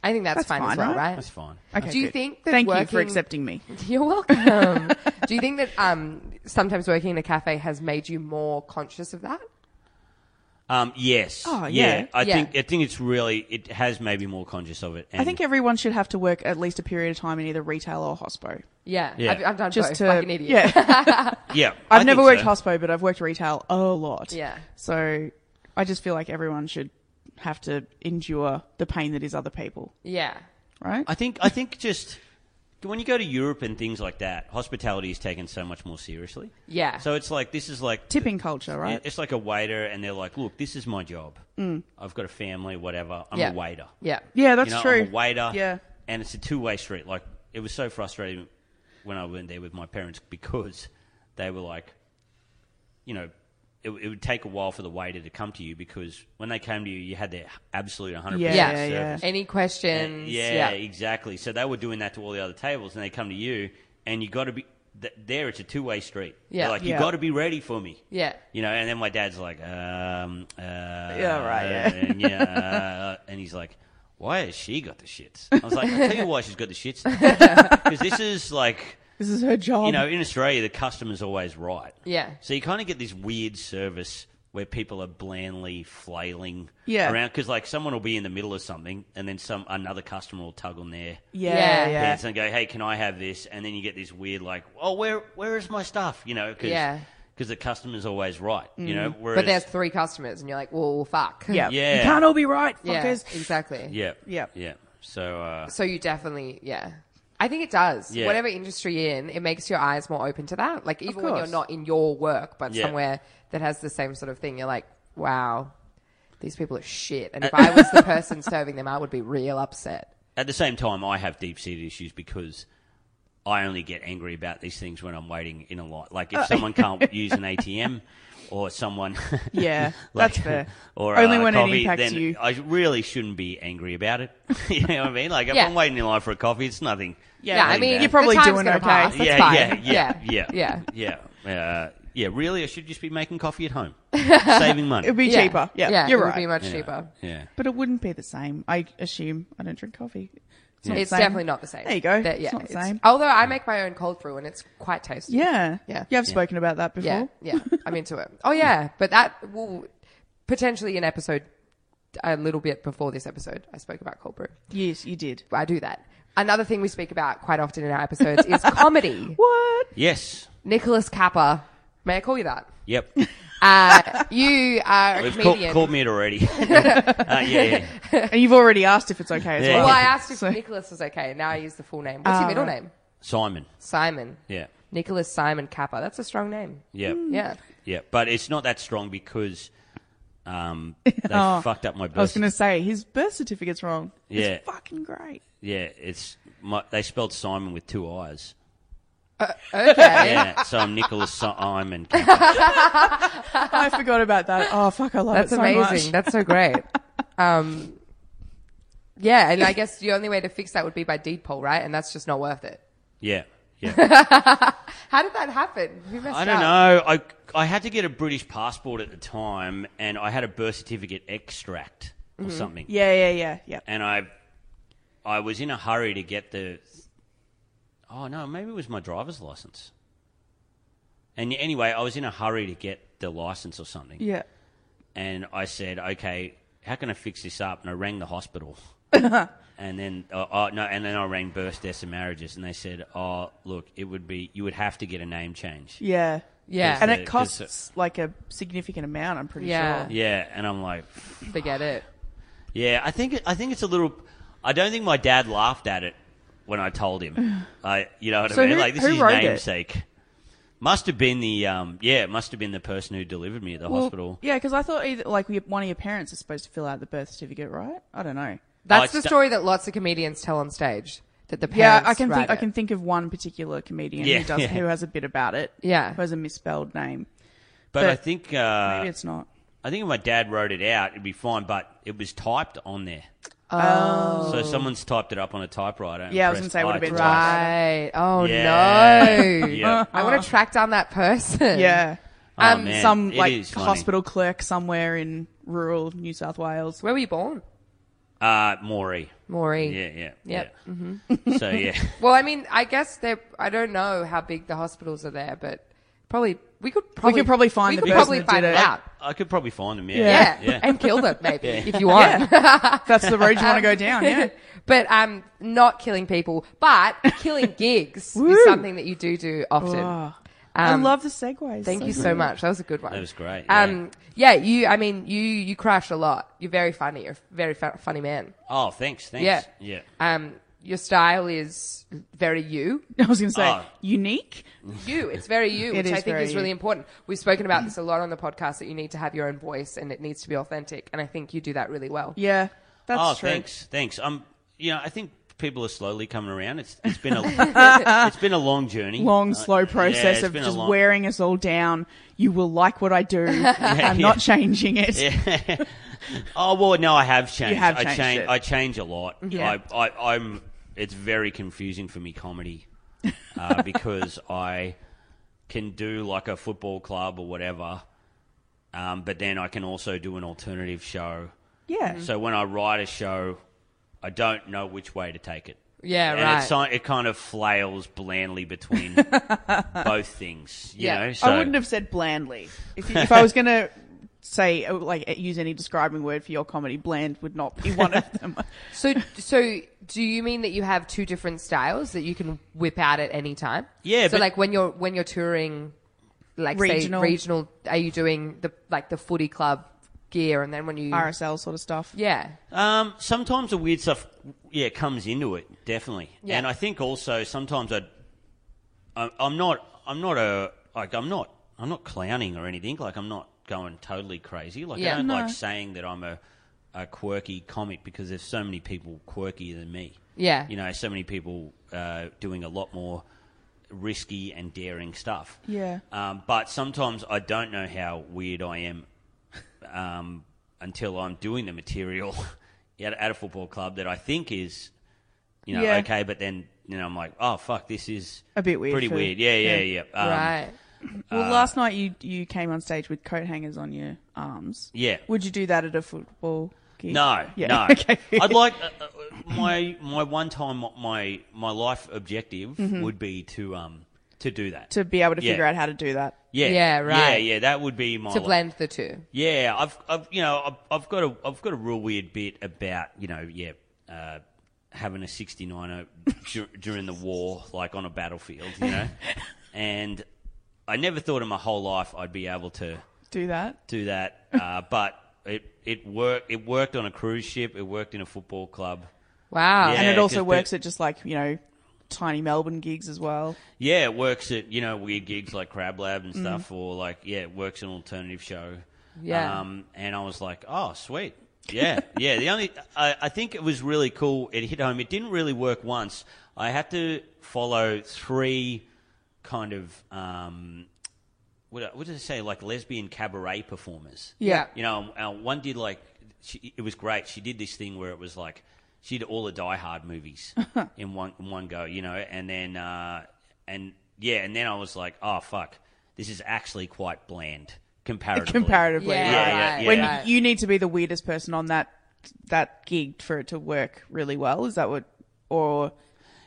Speaker 3: I think that's,
Speaker 1: That's
Speaker 3: fine, as
Speaker 1: fine,
Speaker 3: well,
Speaker 1: right?
Speaker 3: right?
Speaker 4: that's fine.
Speaker 1: Okay.
Speaker 3: Do you
Speaker 1: good.
Speaker 3: think that
Speaker 1: Thank you
Speaker 3: working-
Speaker 1: for accepting me.
Speaker 3: *laughs* You're welcome. do you think that um, sometimes working in a cafe has made you more conscious of that?
Speaker 4: Um, yes.
Speaker 1: Oh, yeah.
Speaker 4: I
Speaker 3: Yeah.
Speaker 4: think I think it's really it has made me more conscious of it. And
Speaker 1: I think everyone should have to work at least a period of time in either retail or hospo.
Speaker 3: Yeah,
Speaker 4: Yeah.
Speaker 3: I've, I've done
Speaker 1: Just
Speaker 3: both.
Speaker 1: to
Speaker 3: like an idiot.
Speaker 1: yeah,
Speaker 4: yeah. I
Speaker 1: I've
Speaker 4: think
Speaker 1: never worked
Speaker 4: so.
Speaker 1: hospo, but I've worked retail a lot.
Speaker 3: Yeah.
Speaker 1: so I just feel like everyone should have to endure the pain that is other people,
Speaker 3: yeah,
Speaker 1: right?
Speaker 4: I think I think just when you go to Europe and things like that, hospitality is taken so much more seriously.
Speaker 3: yeah.
Speaker 4: So it's like this is like
Speaker 1: Tipping culture, right? Mm.
Speaker 4: It's like a waiter, and they're like, "Look, this is my job. I've got a family, whatever. I'm
Speaker 3: yeah.
Speaker 4: a waiter.
Speaker 3: Yeah,
Speaker 1: yeah, that's
Speaker 4: you know,
Speaker 1: true.
Speaker 4: I'm a waiter.
Speaker 1: Yeah.
Speaker 4: And it's a two way street. Like it was so frustrating when I went there with my parents because they were like, you know, it, it would take a while for the waiter to come to you because when they came to you, you had their absolute 100%
Speaker 1: Yeah,
Speaker 3: yeah,
Speaker 4: service.
Speaker 1: yeah.
Speaker 3: Any questions?
Speaker 4: Yeah, exactly. So they were doing that to all the other tables, and they come to you, and you got to be th- there. It's a two way street.
Speaker 3: Yeah.
Speaker 4: They're like you
Speaker 1: Yeah.
Speaker 4: got to be ready for me.
Speaker 3: Yeah.
Speaker 4: You know, and then my dad's like, um, uh,
Speaker 1: Yeah, right, yeah.
Speaker 4: uh, yeah, uh, and he's like, why has she got the shits? I was like, I'll tell you why she's got the shits. *laughs* Because this is like,
Speaker 1: this is her job.
Speaker 4: you know, in Australia, the customer's always right.
Speaker 3: Yeah.
Speaker 4: So you kind of get this weird service where people are blandly flailing
Speaker 1: Yeah.
Speaker 4: around because, like, someone will be in the middle of something, and then some another customer will tug on their
Speaker 1: yeah,
Speaker 3: Yeah.
Speaker 1: yeah.
Speaker 4: pants and go, "Hey, can I have this?" And then you get this weird, like, "Oh, where where is my stuff?" You know, because
Speaker 3: Yeah. Mm.
Speaker 4: because the customer's always right. You know, whereas,
Speaker 3: But there's three customers, and you're like, well, fuck.
Speaker 1: Yeah.
Speaker 4: Yeah.
Speaker 1: You can't all be right,
Speaker 3: Yeah,
Speaker 1: fuckers.
Speaker 3: exactly.
Speaker 4: yeah,
Speaker 1: Yep.
Speaker 4: yeah. So uh,
Speaker 3: So you definitely, yeah. I think it does.
Speaker 4: Yeah.
Speaker 3: Whatever industry you're in, it makes your eyes more open to that. Like even when you're
Speaker 1: course.
Speaker 3: not in your work, but
Speaker 4: Yeah.
Speaker 3: somewhere that has the same sort of thing, you're like, wow, these people are shit. And if
Speaker 4: *laughs*
Speaker 3: I was the person serving them, I would be real upset.
Speaker 4: at the same time, I have deep seated issues because I only get angry about these things when I'm waiting in a line. Like if
Speaker 1: Oh.
Speaker 4: someone
Speaker 1: *laughs*
Speaker 4: can't use an ATM or someone,
Speaker 1: Yeah,
Speaker 4: *laughs* like-
Speaker 1: that's fair.
Speaker 4: Or
Speaker 1: Only
Speaker 4: uh,
Speaker 1: when it
Speaker 4: coffee,
Speaker 1: impacts
Speaker 4: then
Speaker 1: you.
Speaker 4: I really shouldn't be angry about it. *laughs* you know what I mean? Like if
Speaker 3: Yeah.
Speaker 4: I'm waiting in line for a coffee, it's nothing.
Speaker 1: Yeah,
Speaker 3: Yeah, I
Speaker 4: nothing
Speaker 3: mean,
Speaker 4: bad.
Speaker 1: You're probably
Speaker 3: the time's
Speaker 1: doing
Speaker 3: gonna
Speaker 1: okay.
Speaker 3: Pass. That's
Speaker 4: yeah,
Speaker 3: fine.
Speaker 4: yeah, yeah, yeah,
Speaker 3: yeah.
Speaker 4: yeah, yeah. Uh, yeah, really, I should just be making coffee
Speaker 1: *laughs*
Speaker 4: at home, saving money.
Speaker 1: It'd be
Speaker 3: Yeah.
Speaker 1: cheaper. Yeah,
Speaker 3: yeah
Speaker 1: you're
Speaker 3: it
Speaker 1: right.
Speaker 3: Would be much
Speaker 4: yeah.
Speaker 3: cheaper.
Speaker 4: Yeah.
Speaker 1: but it wouldn't be the same. I assume I don't drink coffee. It's, not the
Speaker 3: It's
Speaker 1: same.
Speaker 3: definitely not the same.
Speaker 1: There you go.
Speaker 3: That- yeah,
Speaker 1: it's not the
Speaker 3: it's-
Speaker 1: same.
Speaker 3: Although I make my own cold brew and it's quite tasty.
Speaker 1: yeah,
Speaker 3: Yeah.
Speaker 1: Yeah, I've spoken about that before.
Speaker 3: Yeah, yeah, I'm into it. Oh yeah, but that will potentially an episode a little bit before this episode. I spoke about cold brew.
Speaker 1: Yes, you did.
Speaker 3: I do that. Another thing we speak about quite often in our episodes is comedy.
Speaker 1: What?
Speaker 4: Yes.
Speaker 3: Nicholas Kappa, may I call you that?
Speaker 1: *laughs*
Speaker 4: Yep.
Speaker 3: Uh, you are a
Speaker 4: We've called,
Speaker 3: comedian.
Speaker 4: called me it already. *laughs* uh, yeah,
Speaker 1: *laughs*
Speaker 4: yeah.
Speaker 1: and you've already asked if it's okay as
Speaker 4: Yeah.
Speaker 1: well.
Speaker 3: well, I asked if
Speaker 1: So-
Speaker 3: Nicholas was okay. and Now I use the full name. What's your middle name?
Speaker 4: Simon.
Speaker 3: Simon.
Speaker 4: Yeah.
Speaker 3: Nicholas Simon Kappa. That's a strong name.
Speaker 4: Yeah.
Speaker 3: Yeah.
Speaker 4: Yeah. But it's not that strong because
Speaker 1: *laughs*
Speaker 4: um, they fucked up my
Speaker 1: Oh, I was
Speaker 4: birth.
Speaker 1: going to say his birth certificate's wrong.
Speaker 4: Yeah.
Speaker 1: it's fucking great.
Speaker 4: Yeah. It's my, they spelled Simon with two I's.
Speaker 1: Uh,
Speaker 3: Okay.
Speaker 4: Yeah. so I'm Nicholas Simon.
Speaker 1: I forgot about that. Oh fuck, I love
Speaker 3: That's
Speaker 1: it so much.
Speaker 3: amazing. That's
Speaker 1: *laughs*
Speaker 3: so great. um, yeah, and I guess the only way to fix that would be by deed poll, right? And that's just not worth it.
Speaker 4: Yeah.
Speaker 1: *laughs*
Speaker 4: Yeah.
Speaker 3: How did that happen? Who messed
Speaker 4: I
Speaker 3: up?
Speaker 4: don't know. I, I had to get a British passport at the time and I had a birth certificate extract or something.
Speaker 1: Mm-hmm. yeah, yeah, yeah, yeah.
Speaker 4: and I I was in a hurry to get the oh no maybe it was my driver's license and anyway I was in a hurry to get the license or something
Speaker 1: Yeah.
Speaker 4: and I said okay how can I fix this up and I rang the hospital and then uh, uh, no and then I rang birth deaths and marriages and they said oh look it would be you would have to get a name change
Speaker 1: Yeah.
Speaker 3: Yeah.
Speaker 1: And
Speaker 4: Yeah,
Speaker 1: it
Speaker 4: 'cause-
Speaker 1: costs like a significant amount, I'm pretty
Speaker 3: Yeah.
Speaker 1: sure.
Speaker 4: yeah and I'm like
Speaker 3: Forget it.
Speaker 4: Oh, Yeah, I think I think it's a little. I don't think my dad laughed at it when I
Speaker 1: *sighs*
Speaker 4: told him. I, you know what
Speaker 1: So
Speaker 4: I mean?
Speaker 1: who-
Speaker 4: like this
Speaker 1: who
Speaker 4: is his
Speaker 1: wrote it?
Speaker 4: namesake. Must have been the um, yeah, it must have been the person who delivered me at the hospital.
Speaker 1: Yeah, because I thought either, like we- one of your parents is supposed to fill out the birth certificate, right? I don't know.
Speaker 4: Oh,
Speaker 3: That's
Speaker 4: it's
Speaker 3: the
Speaker 4: da-
Speaker 3: story that lots of comedians tell on stage. That the
Speaker 1: Yeah,
Speaker 3: parents
Speaker 1: I can think
Speaker 3: write
Speaker 1: I
Speaker 3: it.
Speaker 1: can think of one particular comedian
Speaker 4: Yeah,
Speaker 1: who does
Speaker 4: yeah.
Speaker 1: who has a bit about it.
Speaker 3: Yeah.
Speaker 1: who has a misspelled name.
Speaker 4: But,
Speaker 1: but-
Speaker 4: I think uh,
Speaker 1: Maybe it's not.
Speaker 4: I think if my dad wrote it out, it'd be fine. But it was typed on there. Oh, so someone's typed it up on a typewriter. and
Speaker 1: Yeah, I was
Speaker 4: pressed
Speaker 1: gonna say it would've
Speaker 4: I
Speaker 1: been
Speaker 4: typed.
Speaker 1: typed.
Speaker 3: Right. Oh
Speaker 4: Yeah.
Speaker 3: no.
Speaker 4: *laughs* Yeah.
Speaker 3: I want to track down that person.
Speaker 1: Yeah,
Speaker 4: Oh,
Speaker 1: um,
Speaker 4: man,
Speaker 1: some
Speaker 4: it
Speaker 1: like
Speaker 4: is funny.
Speaker 1: hospital clerk somewhere in rural New South Wales.
Speaker 3: Where were you born,
Speaker 4: Uh, Maury.
Speaker 3: Maury?
Speaker 4: Yeah, yeah,
Speaker 3: Yep.
Speaker 4: yeah.
Speaker 1: Mm-hmm. *laughs*
Speaker 4: So yeah,
Speaker 3: Well, I mean, I guess they're. I don't know how big the hospitals are there, but probably we could probably
Speaker 1: probably find
Speaker 3: we
Speaker 1: the
Speaker 3: could
Speaker 1: person
Speaker 3: probably
Speaker 1: that
Speaker 3: find
Speaker 1: did
Speaker 3: it
Speaker 1: it.
Speaker 3: out.
Speaker 4: I could probably find them.
Speaker 3: Yeah.
Speaker 4: Yeah,
Speaker 3: and kill them maybe if you want.
Speaker 1: That's the road you want to go down. Yeah,
Speaker 3: *laughs* but um, not killing people, but
Speaker 1: *laughs*
Speaker 3: killing gigs is
Speaker 1: Woo.
Speaker 3: something that you do do often.
Speaker 1: Oh. I
Speaker 3: Um,
Speaker 1: love the segues.
Speaker 3: Thank
Speaker 1: so
Speaker 3: you so much. That was a good one.
Speaker 4: That was great,
Speaker 3: Um, yeah, you. I mean, you you crash a lot. You're very funny. You're a very fu- funny man.
Speaker 4: Oh, thanks, thanks.
Speaker 3: Yeah.
Speaker 4: yeah.
Speaker 3: Um, your style is very you.
Speaker 1: *laughs* I was going to say
Speaker 4: Oh.
Speaker 1: unique.
Speaker 3: you. It's very
Speaker 1: *laughs*
Speaker 3: you,
Speaker 1: It
Speaker 3: which
Speaker 1: is
Speaker 3: I think
Speaker 1: very
Speaker 3: is
Speaker 1: you.
Speaker 3: really important. We've spoken about this a lot on the podcast that you need to have your own voice and it needs to be authentic. And I think you do that really well.
Speaker 1: Yeah, that's
Speaker 4: oh,
Speaker 1: true.
Speaker 4: thanks, thanks. Um, you know, I think people are slowly coming around. It's it's
Speaker 1: *laughs*
Speaker 4: been a it's been a long journey,
Speaker 1: Long,
Speaker 4: Uh,
Speaker 1: slow
Speaker 4: yeah,
Speaker 1: process
Speaker 4: it's
Speaker 1: of
Speaker 4: been a
Speaker 1: just
Speaker 4: long-
Speaker 1: wearing us all down. You will like what I
Speaker 3: *laughs*
Speaker 1: do. I'm not changing it.
Speaker 4: Oh well, no, I have changed.
Speaker 1: have
Speaker 4: I
Speaker 1: changed
Speaker 4: change.
Speaker 1: it.
Speaker 4: I change a lot.
Speaker 1: Yeah.
Speaker 4: I, I, I'm. It's very confusing for me comedy uh,
Speaker 1: *laughs*
Speaker 4: because I can do like a football club or whatever, um, but then I can also do an alternative show.
Speaker 1: Yeah.
Speaker 3: Mm-hmm.
Speaker 4: So when I write a show, I don't know which way to take it.
Speaker 3: Yeah,
Speaker 4: and
Speaker 3: right.
Speaker 4: It's, si- it kind of flails
Speaker 3: *laughs*
Speaker 4: blandly between both things. You
Speaker 3: Yeah.
Speaker 4: know, so
Speaker 1: I wouldn't have said blandly. If,
Speaker 4: *laughs*
Speaker 1: you- if I was going to say, uh, like, use any describing word for your comedy, bland would not be one of
Speaker 3: *laughs*
Speaker 1: them.
Speaker 3: So, so do you mean that you have two different styles that you can whip out at any time?
Speaker 4: Yeah,
Speaker 3: So
Speaker 4: but-
Speaker 3: like when you're, when you're touring, like
Speaker 1: Regional.
Speaker 3: say regional are you doing the like the footy club gear and then when you
Speaker 1: RSL sort of stuff.
Speaker 3: yeah
Speaker 4: Um, sometimes the weird stuff, yeah, comes into it definitely,
Speaker 3: Yeah.
Speaker 4: and I think also sometimes I, I'm, I'm not, I'm not a like I'm not, I'm not clowning or anything. Like I'm not going totally crazy. Like
Speaker 3: Yeah.
Speaker 4: I don't
Speaker 1: No.
Speaker 4: like saying that I'm a, a quirky comic because there's so many people quirkier than me.
Speaker 3: Yeah.
Speaker 4: you know, so many people uh, doing a lot more risky and daring stuff.
Speaker 1: Yeah.
Speaker 4: Um, but sometimes I don't know how weird I am um, until I'm doing the material *laughs* at, at a football club that I think is, you know,
Speaker 1: Yeah.
Speaker 4: okay. But then, you know, I'm like, oh, fuck, this is
Speaker 1: A bit weird
Speaker 4: Pretty
Speaker 1: for-
Speaker 4: weird. Yeah, yeah,
Speaker 1: yeah.
Speaker 4: yeah. Um,
Speaker 3: right
Speaker 4: Uh,
Speaker 1: Well, last night you you came on stage with coat hangers on your arms.
Speaker 4: Yeah.
Speaker 1: Would you do that at a football? Gig?
Speaker 4: No,
Speaker 1: *laughs* Yeah.
Speaker 4: no.
Speaker 1: Okay.
Speaker 4: I'd like uh, uh, my my one time my my life objective would be to um to do that.
Speaker 1: Mm-hmm. to be able to
Speaker 4: Yeah.
Speaker 1: figure out how to do that.
Speaker 4: yeah,
Speaker 3: Yeah, right.
Speaker 4: Yeah, yeah. That would be my
Speaker 3: to
Speaker 4: li-
Speaker 3: blend the two
Speaker 4: Yeah, I've, I've you know, I've, I've got a, I've got a real weird bit about, you know, yeah, uh, having a 69er *laughs* dur- during the war, like on a battlefield, you know, and I never thought in my whole life I'd be able to
Speaker 1: Do that.
Speaker 4: do that, uh, but it, it worked, it worked on a cruise ship, it worked in a football club.
Speaker 3: wow
Speaker 4: Yeah.
Speaker 1: and it also
Speaker 4: 'cause
Speaker 1: works
Speaker 4: pe-
Speaker 1: at just like you know tiny Melbourne gigs as well.
Speaker 4: Yeah, it works at you know weird gigs like Crab Lab and stuff, or like yeah, it works an alternative show.
Speaker 3: Yeah.
Speaker 4: Um, and I was like, oh, sweet. Yeah, yeah. The only I, I think it was really cool. It hit home. It didn't really work once. I had to follow three kind of um, what, what did I say? Like lesbian cabaret performers.
Speaker 3: yeah
Speaker 4: You know, uh, one did like she, it was great. She did this thing where it was like she did all the Die
Speaker 1: *laughs*
Speaker 4: Hard movies in one in one go, you know, and then uh, and yeah, and then I was like, oh fuck, this is actually quite bland comparatively.
Speaker 1: Comparatively,
Speaker 3: Yeah,
Speaker 1: right.
Speaker 4: yeah, yeah,
Speaker 1: when
Speaker 4: yeah.
Speaker 1: you need to be the weirdest person on that that gig for it to work really well. Is that what? Or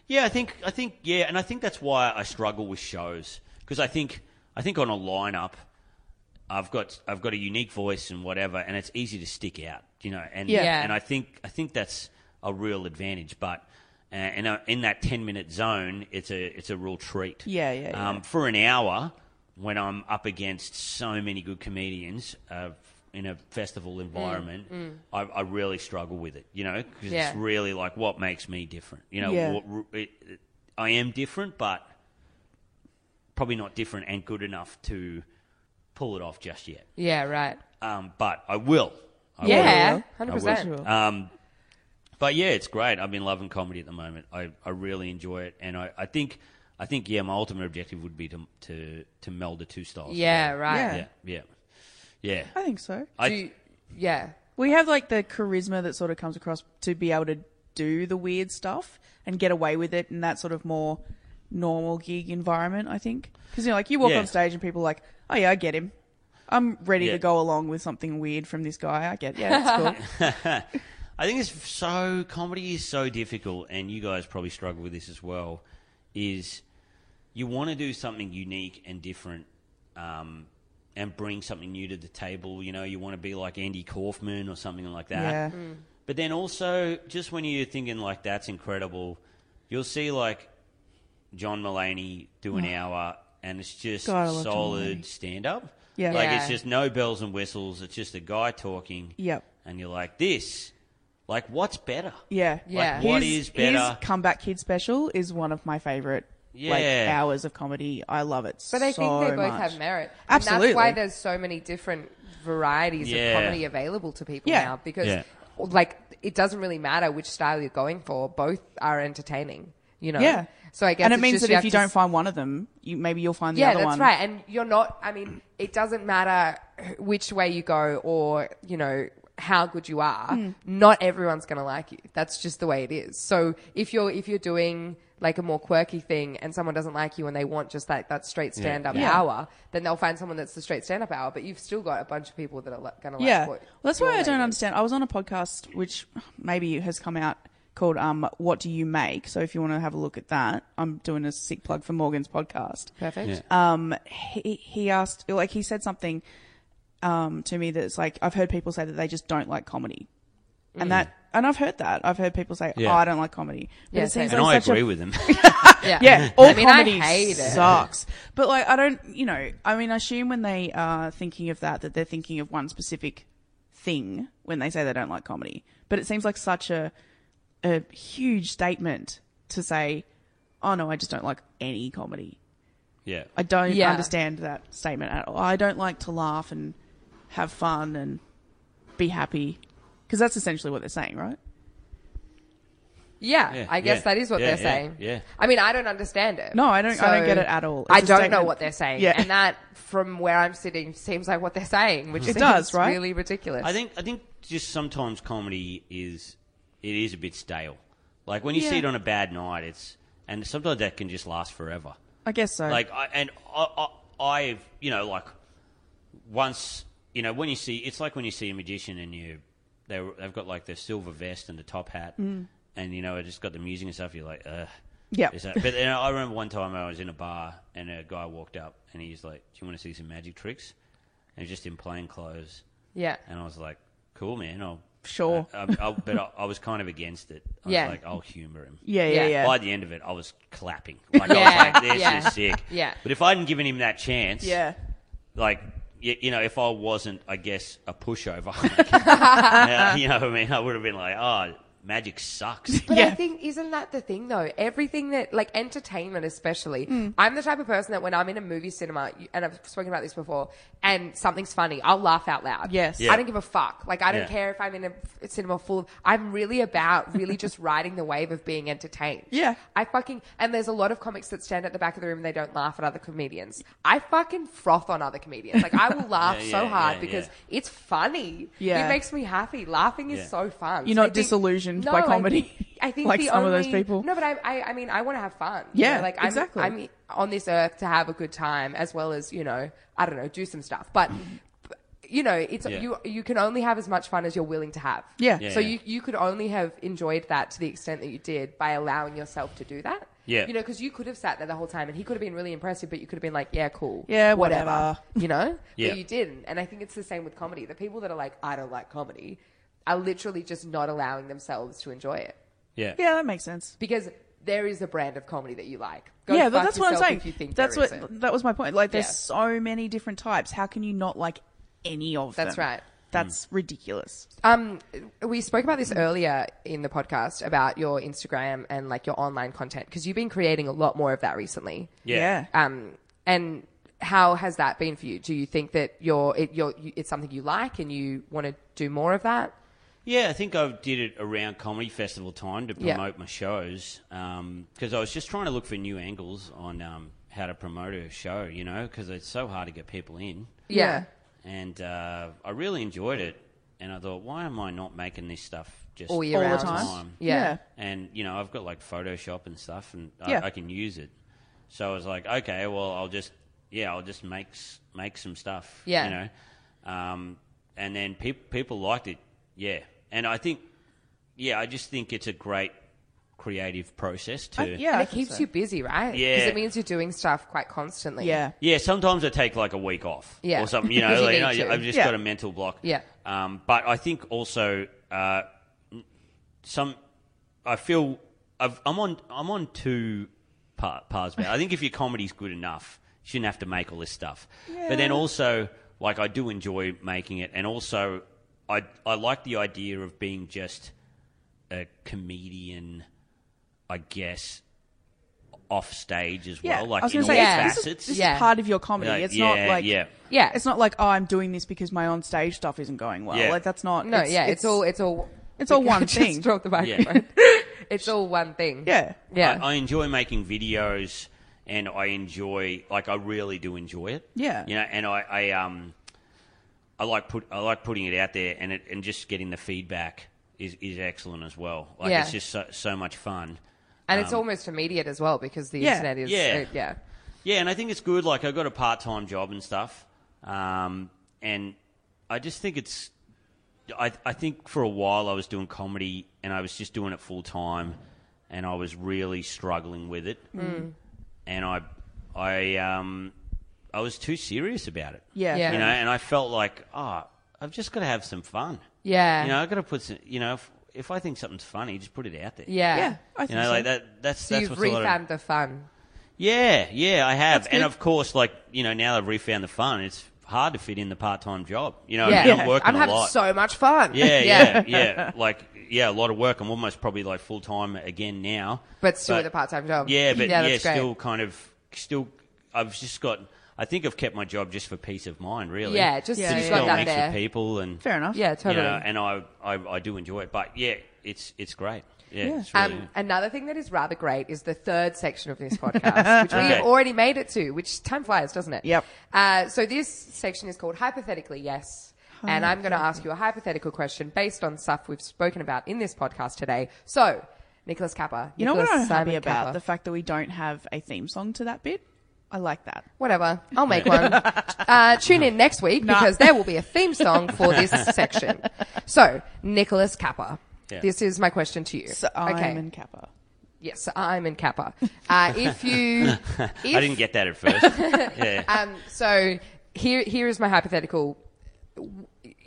Speaker 4: Yeah, I think I think yeah, and I think that's why I struggle with shows because I think I think on a lineup, I've got I've got a unique voice and whatever, and it's easy to stick out, you know. And
Speaker 3: Yeah. Yeah.
Speaker 4: and I think I think that's a real advantage, but. Uh, and uh, in that ten minute zone, it's a it's a real treat.
Speaker 1: Yeah, yeah, yeah.
Speaker 4: Um, for an hour, when I'm up against so many good comedians uh, in a
Speaker 1: Mm,
Speaker 4: festival environment, I, I really struggle with it. You know, because
Speaker 3: Yeah.
Speaker 4: it's really like what makes me different. You know know,
Speaker 1: Yeah.
Speaker 4: what r- it, it- I am different, but probably not different and good enough to pull it off just yet.
Speaker 3: yeah right
Speaker 4: Um, but I will. I
Speaker 3: yeah
Speaker 4: will. I
Speaker 3: 100%
Speaker 4: will. Um, but yeah, it's great. I've been loving comedy at the moment. I, I really enjoy it, and I, I think I think yeah, my ultimate objective would be to to, to meld the two styles.
Speaker 3: yeah
Speaker 4: together.
Speaker 3: right
Speaker 1: Yeah.
Speaker 4: yeah, yeah, yeah.
Speaker 1: I think so.
Speaker 4: I,
Speaker 3: Do you- yeah
Speaker 1: We have like the charisma that sort of comes across to be able to do the weird stuff and get away with it in that sort of more normal gig environment, I think. Because, you know, like you walk
Speaker 4: Yeah.
Speaker 1: on stage and people are like, oh, yeah, I get him. I'm ready
Speaker 4: Yeah.
Speaker 1: to go along with something weird from this guy. I get, yeah, it's
Speaker 4: *laughs*
Speaker 1: cool.
Speaker 4: I think it's so comedy is so difficult, and you guys probably struggle with this as well. Is you want to do something unique and different, um, and bring something new to the table. You know, you want to be like Andy Kaufman or something like that.
Speaker 1: yeah.
Speaker 4: But then also, just when you're thinking like that's incredible, you'll see like John Mullaney do an hour, and it's just
Speaker 1: Mm. God, I love John Mulaney.
Speaker 4: solid stand up.
Speaker 1: Yeah.
Speaker 4: like
Speaker 3: Yeah.
Speaker 4: it's just no bells and whistles. It's just a guy talking.
Speaker 1: Yep.
Speaker 4: And you're like, this, like, what's better?
Speaker 1: Yeah.
Speaker 3: Yeah.
Speaker 4: what
Speaker 1: his,
Speaker 4: is better?
Speaker 1: His Comeback Kid special is one of my favorite like
Speaker 4: Yeah.
Speaker 1: hours of comedy. I love it.
Speaker 3: But I
Speaker 1: so
Speaker 3: think they both
Speaker 1: much.
Speaker 3: have merit. And
Speaker 1: Absolutely.
Speaker 3: that's why there's so many different varieties
Speaker 4: Yeah.
Speaker 3: of comedy available to people
Speaker 1: Yeah.
Speaker 3: now because
Speaker 4: Yeah.
Speaker 3: like it doesn't really matter which style you're going for, both are entertaining, you know.
Speaker 1: Yeah.
Speaker 3: So I guess
Speaker 1: and it
Speaker 3: it's
Speaker 1: means
Speaker 3: just
Speaker 1: that if
Speaker 3: have
Speaker 1: you
Speaker 3: to
Speaker 1: don't find one of them, you maybe you'll find the
Speaker 3: yeah,
Speaker 1: other
Speaker 3: that's
Speaker 1: one.
Speaker 3: right. And you're not. I mean, it doesn't matter which way you go, or you know how good you are.
Speaker 1: Hmm.
Speaker 3: Not everyone's going to like you. That's just the way it is. So if you're if you're doing like a more quirky thing and someone doesn't like you and they want just like that straight stand up hour, then they'll find someone that's the straight stand up hour. But you've still got a bunch of people that are like, going to
Speaker 1: yeah.
Speaker 3: like what.
Speaker 1: Well, that's why
Speaker 3: your
Speaker 1: I don't
Speaker 3: way is.
Speaker 1: understand. I was on a podcast which maybe has come out called um, "What Do You Make." So if you want to have a look at that, I'm doing a sick plug for Morgan's podcast.
Speaker 3: Perfect.
Speaker 1: Um, he he asked like he said something um to me that's like I've heard people say that they just don't like comedy.
Speaker 3: Mm.
Speaker 1: and that. And I've heard that. I've heard people say,
Speaker 4: Yeah.
Speaker 1: "Oh, I don't like comedy," but
Speaker 3: Yeah,
Speaker 1: it seems
Speaker 3: same.
Speaker 4: and I
Speaker 1: like such
Speaker 4: agree
Speaker 1: a *laughs*
Speaker 4: with them.
Speaker 3: Yeah. *laughs*
Speaker 1: yeah, all
Speaker 3: I mean, I
Speaker 1: comedy
Speaker 3: hate it.
Speaker 1: sucks. But like, I don't, you know, I mean, I assume when they are thinking of that, that they're thinking of one specific thing when they say they don't like comedy. But it seems like such a a huge statement to say, "Oh no, I just don't like any comedy."
Speaker 4: yeah.
Speaker 1: I don't
Speaker 3: Yeah.
Speaker 1: understand that statement at all. I don't like to laugh and have fun and be happy because that's essentially what they're saying, right?
Speaker 3: Yeah,
Speaker 4: Yeah,
Speaker 3: I guess
Speaker 4: yeah,
Speaker 3: that is what
Speaker 4: yeah,
Speaker 3: they're
Speaker 4: yeah,
Speaker 3: saying.
Speaker 4: yeah.
Speaker 3: I mean, I don't understand it.
Speaker 1: No, I don't- I don't get it at all. It's
Speaker 3: I
Speaker 1: a
Speaker 3: don't know
Speaker 1: statement.
Speaker 3: what they're saying,
Speaker 1: Yeah.
Speaker 3: and that from where I'm sitting seems like what they're saying, which seems
Speaker 1: does, right?
Speaker 3: Really ridiculous.
Speaker 4: I think I think just sometimes comedy is it is a bit stale. Like when you see it on a bad night, it's and sometimes that can just last forever.
Speaker 1: I guess so.
Speaker 4: Like I and I, I I've you know like once you know when you see it's like when you see a magician and you they were- they've got like their silver vest and the top hat and you know it just got the music and stuff. You're like ugh.
Speaker 1: Yep.
Speaker 4: Is that, but you know, I remember one time I was in a bar and a guy walked up and he's like, "Do you want to see some magic tricks?" And he was just in plain clothes.
Speaker 3: yeah,
Speaker 4: And I was like, cool, man. I'll,
Speaker 1: Sure.
Speaker 4: I, I, I- but I, I was kind of against it. I
Speaker 3: Yeah.
Speaker 4: was like, I'll humor him.
Speaker 1: yeah, yeah,
Speaker 3: Yeah.
Speaker 1: yeah.
Speaker 4: By the end of it, I was clapping. Like,
Speaker 3: Yeah,
Speaker 4: I was like, this
Speaker 3: yeah,
Speaker 4: is sick.
Speaker 3: yeah.
Speaker 4: But if I hadn't given him that chance,
Speaker 1: yeah.
Speaker 4: like, you, you know, if I wasn't, I guess, a pushover, like, you know what I mean? I would have been like, oh, magic sucks.
Speaker 3: But I
Speaker 1: Yeah.
Speaker 3: think isn't that the thing though? Everything that like entertainment, especially.
Speaker 1: Mm.
Speaker 3: I'm the type of person that when I'm in a movie cinema, and I've spoken about this before, and something's funny, I'll laugh out loud.
Speaker 1: Yes.
Speaker 4: Yeah.
Speaker 3: I don't give a fuck. Like I don't
Speaker 4: Yeah.
Speaker 3: care if I'm in a f- cinema full. Of, I'm really about really just *laughs* riding the wave of being entertained.
Speaker 1: Yeah.
Speaker 3: I fucking and there's a lot of comics that stand at the back of the room and they don't laugh at other comedians. I fucking froth on other comedians. Like I will *laughs* laugh
Speaker 4: Yeah,
Speaker 3: so
Speaker 4: yeah,
Speaker 3: hard
Speaker 4: yeah,
Speaker 3: because
Speaker 4: yeah.
Speaker 3: it's funny.
Speaker 1: Yeah.
Speaker 3: It makes me happy. Laughing is
Speaker 4: Yeah.
Speaker 3: so fun.
Speaker 1: You're
Speaker 3: So I
Speaker 1: not disillusioned by
Speaker 3: I think-
Speaker 1: comedy,
Speaker 3: I think
Speaker 1: *laughs* like
Speaker 3: the
Speaker 1: some of
Speaker 3: only,
Speaker 1: those people.
Speaker 3: No, but I, I, I mean, I want to have fun.
Speaker 1: Yeah,
Speaker 3: like I'm,
Speaker 1: exactly.
Speaker 3: I'm on this earth to have a good time, as well as you know, I don't know, do some stuff. But you know, it's
Speaker 4: Yeah.
Speaker 3: you. You can only have as much fun as you're willing to have.
Speaker 1: Yeah.
Speaker 4: Yeah,
Speaker 3: so
Speaker 4: yeah.
Speaker 3: you you could only have enjoyed that to the extent that you did by allowing yourself to do that.
Speaker 4: Yeah.
Speaker 3: You know, because you could have sat there the whole time and he could have been really impressive, but you could have been like, yeah, cool.
Speaker 1: Yeah, whatever.
Speaker 3: You know?
Speaker 4: Yeah.
Speaker 3: But you didn't. And I think it's the same with comedy. The people that are like, I don't like comedy are literally just not allowing themselves to enjoy it
Speaker 4: Yeah.
Speaker 1: Yeah, that makes sense.
Speaker 3: because there is a brand of comedy that you like. Go
Speaker 1: yeah,
Speaker 3: fuck
Speaker 1: but that's what I'm
Speaker 3: yourself
Speaker 1: saying.
Speaker 3: If you think
Speaker 1: that's
Speaker 3: there
Speaker 1: what
Speaker 3: isn't.
Speaker 1: that was my point. Like, there's
Speaker 3: Yeah.
Speaker 1: so many different types. How can you not like any of them?
Speaker 3: That's right.
Speaker 4: Hmm.
Speaker 1: That's ridiculous.
Speaker 3: Um, we spoke about this earlier in the podcast about your Instagram and like your online content because you've been creating a lot more of that recently.
Speaker 4: Yeah.
Speaker 3: Um, and how has that been for you? Do you think that you're, it, you're you, it's something you like and you want to do more of that?
Speaker 4: Yeah, I think I did it around comedy festival time to
Speaker 3: Yeah.
Speaker 4: promote my shows because I was just trying to look for new angles on um, how to promote a show, you know, because it's so hard to get people in.
Speaker 3: Yeah.
Speaker 4: And uh, I really enjoyed it, and I thought, why am I not making this stuff just
Speaker 3: All year
Speaker 1: All the
Speaker 3: round.
Speaker 1: time.
Speaker 3: Yeah.
Speaker 4: and you know, I've got like Photoshop and stuff, and
Speaker 1: Yeah.
Speaker 4: I, I can use it. So I was like, okay, well, I'll just yeah, I'll just make s- make some stuff.
Speaker 3: Yeah.
Speaker 4: you know, um, and then people people liked it. Yeah, and I think yeah, I just think it's a great creative process to
Speaker 1: I- yeah,
Speaker 3: And
Speaker 1: I think
Speaker 3: it keeps
Speaker 1: so.
Speaker 3: you busy, right?
Speaker 4: Yeah.
Speaker 3: Because it means you're doing stuff quite constantly.
Speaker 1: Yeah,
Speaker 4: Yeah, sometimes I take like a week off
Speaker 3: Yeah.
Speaker 1: *laughs*
Speaker 4: or something. You know,
Speaker 3: Because you
Speaker 4: like,
Speaker 3: need
Speaker 4: I-
Speaker 3: to.
Speaker 4: I've just
Speaker 1: Yeah.
Speaker 4: got a mental block.
Speaker 3: Yeah.
Speaker 4: Um, but I think also uh, n- some I feel I've, I'm on I'm on two pa- paths. About. it. I think if your comedy's good enough, you shouldn't have to make all this stuff. But then also, like, I do enjoy making it, and also I I like the idea of being just a comedian. I guess off stage as
Speaker 1: yeah.
Speaker 4: well, like
Speaker 1: I was
Speaker 4: in
Speaker 1: gonna
Speaker 4: all
Speaker 1: say,
Speaker 3: yeah.
Speaker 1: this, is,
Speaker 4: facets.
Speaker 1: this is
Speaker 3: Yeah.
Speaker 1: part of your comedy.
Speaker 4: Like,
Speaker 1: it's
Speaker 4: yeah,
Speaker 1: not like
Speaker 4: yeah.
Speaker 3: Yeah.
Speaker 1: it's not like oh, I'm doing this because my on stage stuff isn't going well.
Speaker 4: Yeah.
Speaker 1: Like that's not.
Speaker 3: No, yeah, it's, all, it's all,
Speaker 1: it's
Speaker 3: *laughs*
Speaker 1: all one
Speaker 3: I just
Speaker 1: thing.
Speaker 3: dropped the
Speaker 4: Yeah.
Speaker 3: microphone.
Speaker 1: *laughs*
Speaker 3: it's all one thing.
Speaker 1: Yeah.
Speaker 3: Yeah.
Speaker 4: I, I enjoy making videos, and I enjoy like I really do enjoy it.
Speaker 1: Yeah.
Speaker 4: you know, and I, I um, I like put I like putting it out there, and it, and just getting the feedback is is excellent as well. Like
Speaker 3: Yeah.
Speaker 4: it's just so so much fun.
Speaker 3: and it's almost immediate as well because the
Speaker 1: Yeah.
Speaker 3: internet is,
Speaker 4: um, Yeah.
Speaker 3: uh, yeah.
Speaker 4: Yeah, and I think it's good. Like I got a part time job and stuff, um, and I just think it's. I I think for a while I was doing comedy and I was just doing it full time, and I was really struggling with it, mm. and I I um I was too serious about it.
Speaker 1: Yeah.
Speaker 3: Yeah.
Speaker 4: you know, and I felt like ah, I've just got to have some fun.
Speaker 3: Yeah.
Speaker 4: You know, I got to put some. You know, if, if I think something's funny, just put it out there.
Speaker 3: yeah.
Speaker 1: Yeah, I think
Speaker 4: You know,
Speaker 1: so.
Speaker 4: like that. That's
Speaker 3: So
Speaker 4: that's
Speaker 3: you've
Speaker 4: what's a lot of-
Speaker 3: refound the fun.
Speaker 4: Yeah, yeah, I have,
Speaker 1: That's
Speaker 4: and
Speaker 1: good.
Speaker 4: of course, like you know, now they've refound the fun. It's hard to fit in the part-time job. You know,
Speaker 3: Yeah.
Speaker 4: Oh, you're not working
Speaker 3: I'm
Speaker 4: a
Speaker 3: having
Speaker 4: lot.
Speaker 3: so much fun.
Speaker 4: *laughs*
Speaker 3: *laughs*
Speaker 4: yeah, yeah, yeah. Like, yeah, a lot of work. I'm almost probably like full time again now.
Speaker 3: But still with a part-time job.
Speaker 4: Yeah, but
Speaker 3: Yeah,
Speaker 4: yeah,
Speaker 3: that's great.
Speaker 4: still kind of still. I've just got. I think I've kept my job just for peace of mind, really.
Speaker 3: Yeah, just
Speaker 1: Yeah,
Speaker 3: you've
Speaker 1: yeah.
Speaker 4: Still
Speaker 3: got that
Speaker 4: mix
Speaker 3: there.
Speaker 4: with people and
Speaker 1: Fair enough.
Speaker 3: Yeah,
Speaker 4: you
Speaker 3: totally.
Speaker 4: know, and I, I I do enjoy it, but yeah, it's it's great. Yeah, it's really,
Speaker 3: Um, another thing that is rather great is the third section of
Speaker 1: *laughs*
Speaker 3: this podcast, which
Speaker 4: Okay.
Speaker 3: we've already made it to, which time flies, doesn't it?
Speaker 1: Yep.
Speaker 3: Uh, so this section is called Hypothetically Yes. And I'm going to ask you a hypothetical question based on stuff we've spoken about in this podcast today. So, Nicholas Kappa.
Speaker 1: You know what
Speaker 3: Nicholas
Speaker 1: I'm happy
Speaker 3: Simon
Speaker 1: about?
Speaker 3: Kappa.
Speaker 1: The fact that we don't have a theme song to that bit. I like that.
Speaker 3: Whatever. I'll
Speaker 1: *laughs*
Speaker 3: make one. Uh, tune in next week because there will be a theme song
Speaker 1: *laughs*
Speaker 3: for this section. So, Nicholas Kappa.
Speaker 4: Yeah.
Speaker 3: This is my question to you.
Speaker 1: So I'm in Kappa.
Speaker 3: Yes, I'm in Kappa. Uh, if you, if,
Speaker 4: *laughs* I didn't get that at first.
Speaker 3: *laughs*
Speaker 4: yeah.
Speaker 3: Um, so here, here is my hypothetical.